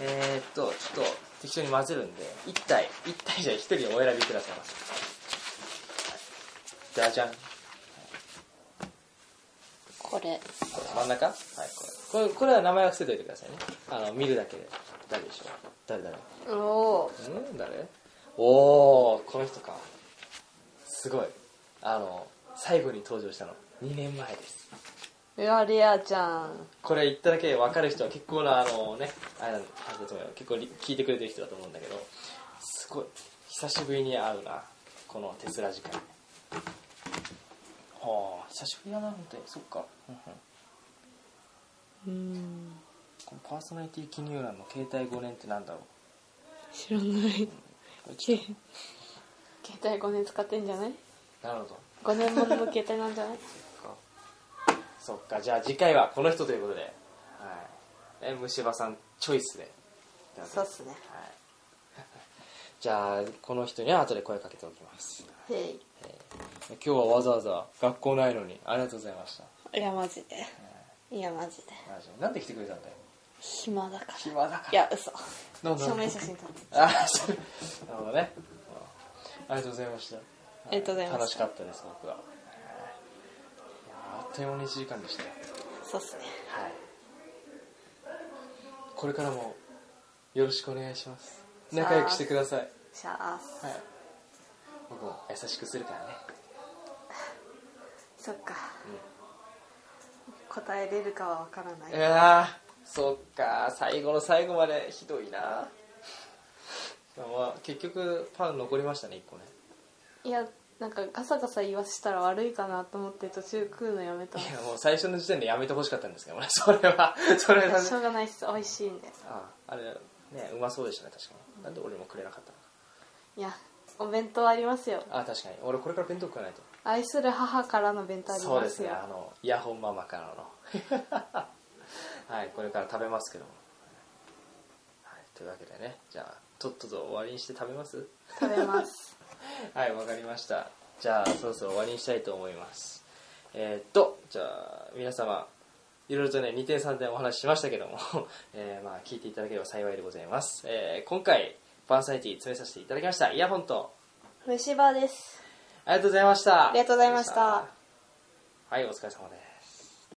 [SPEAKER 3] えー、っとちょっと適当に混ぜるんで1体1体じゃ1人お選びくださいませじゃじゃんこ
[SPEAKER 1] これ
[SPEAKER 3] れ真ん中はいこれこれこれは名前は伏せといてくださいねあの見るだけで誰でしょう誰誰
[SPEAKER 1] おお
[SPEAKER 3] うん誰おおこの人かすごいあの最後に登場したの2年前です
[SPEAKER 1] うわレアじゃん
[SPEAKER 3] これ言っただけで分かる人は結構なあのねあれなんあれだと思うよ結構り聞いてくれてる人だと思うんだけどすごい久しぶりに会うなこのテスラ時間はあ久しぶりだな本当にそっか、うんうん
[SPEAKER 1] うん
[SPEAKER 3] このパーソナリティ記入欄の携帯5年ってなんだろう
[SPEAKER 1] 知ら (laughs) ない
[SPEAKER 3] これちょ
[SPEAKER 1] 携帯5年使ってんじゃない
[SPEAKER 3] なるほど
[SPEAKER 1] 5年ものの携帯なんじゃない
[SPEAKER 3] そっかじゃあ次回はこの人ということで、はい、え虫歯さんチョイスで
[SPEAKER 1] そうっすね
[SPEAKER 3] はいじゃあこの人には後で声かけておきます
[SPEAKER 1] へい
[SPEAKER 3] 今日はわざわざ学校ないのにありがとうございました
[SPEAKER 1] いやマジでいやマジで
[SPEAKER 3] マジでなんで来てくれたんだよ
[SPEAKER 1] 暇だか
[SPEAKER 3] (laughs)
[SPEAKER 1] ら
[SPEAKER 3] 暇だか
[SPEAKER 1] いや嘘
[SPEAKER 3] ら
[SPEAKER 1] 証明写真撮って
[SPEAKER 3] あそうなるほどねありがとうございましたあ
[SPEAKER 1] ありがとうございました
[SPEAKER 3] 楽しかったです僕ははいいやあっという間に1時間でしたよ
[SPEAKER 1] そうっすね
[SPEAKER 3] はい。これからもよろしくお願いします。
[SPEAKER 1] さあ
[SPEAKER 3] 仲良くしてください。
[SPEAKER 1] シャー
[SPEAKER 3] はい。僕も優しくするからね。
[SPEAKER 1] そっか、答えれるかは分からない、
[SPEAKER 3] いやー、そっか、最後の最後までひどいな。まあ、結局パン残りましたね、一個ね。
[SPEAKER 1] いやなんかガサガサ言わせたら悪いかなと思って途中食うのやめた
[SPEAKER 3] いや、もう最初の時点でやめてほしかったんですけど (laughs) ね、それは、それは
[SPEAKER 1] し
[SPEAKER 3] ね。
[SPEAKER 1] ょうがないっす美味しいんで
[SPEAKER 3] あ、あれ、ね、うまそうでしたね、確かに。なんで俺もくれなかったのか
[SPEAKER 1] いやお弁当ありますよ。
[SPEAKER 3] あ、確かに。俺これから弁当食わないと。
[SPEAKER 1] 愛する母からの弁当あります
[SPEAKER 3] そ
[SPEAKER 1] よ
[SPEAKER 3] うですねあのイヤホンママからの (laughs) はいこれから食べますけども、はい、というわけでねじゃあとっとと終わりにして食べます
[SPEAKER 1] 食
[SPEAKER 3] (laughs)
[SPEAKER 1] べます
[SPEAKER 3] はいわかりましたじゃあそろそろ終わりにしたいと思いますえーっとじゃあ皆様いろいろとね2点3点お話ししましたけども、 (laughs) えーまあ、聞いていただければ幸いでございます、えー今回パンサイティ詰めさせていただきましたイヤホンと
[SPEAKER 1] 虫歯です
[SPEAKER 3] ありがとうございました
[SPEAKER 1] ありがとうございました
[SPEAKER 3] はいお疲れ様です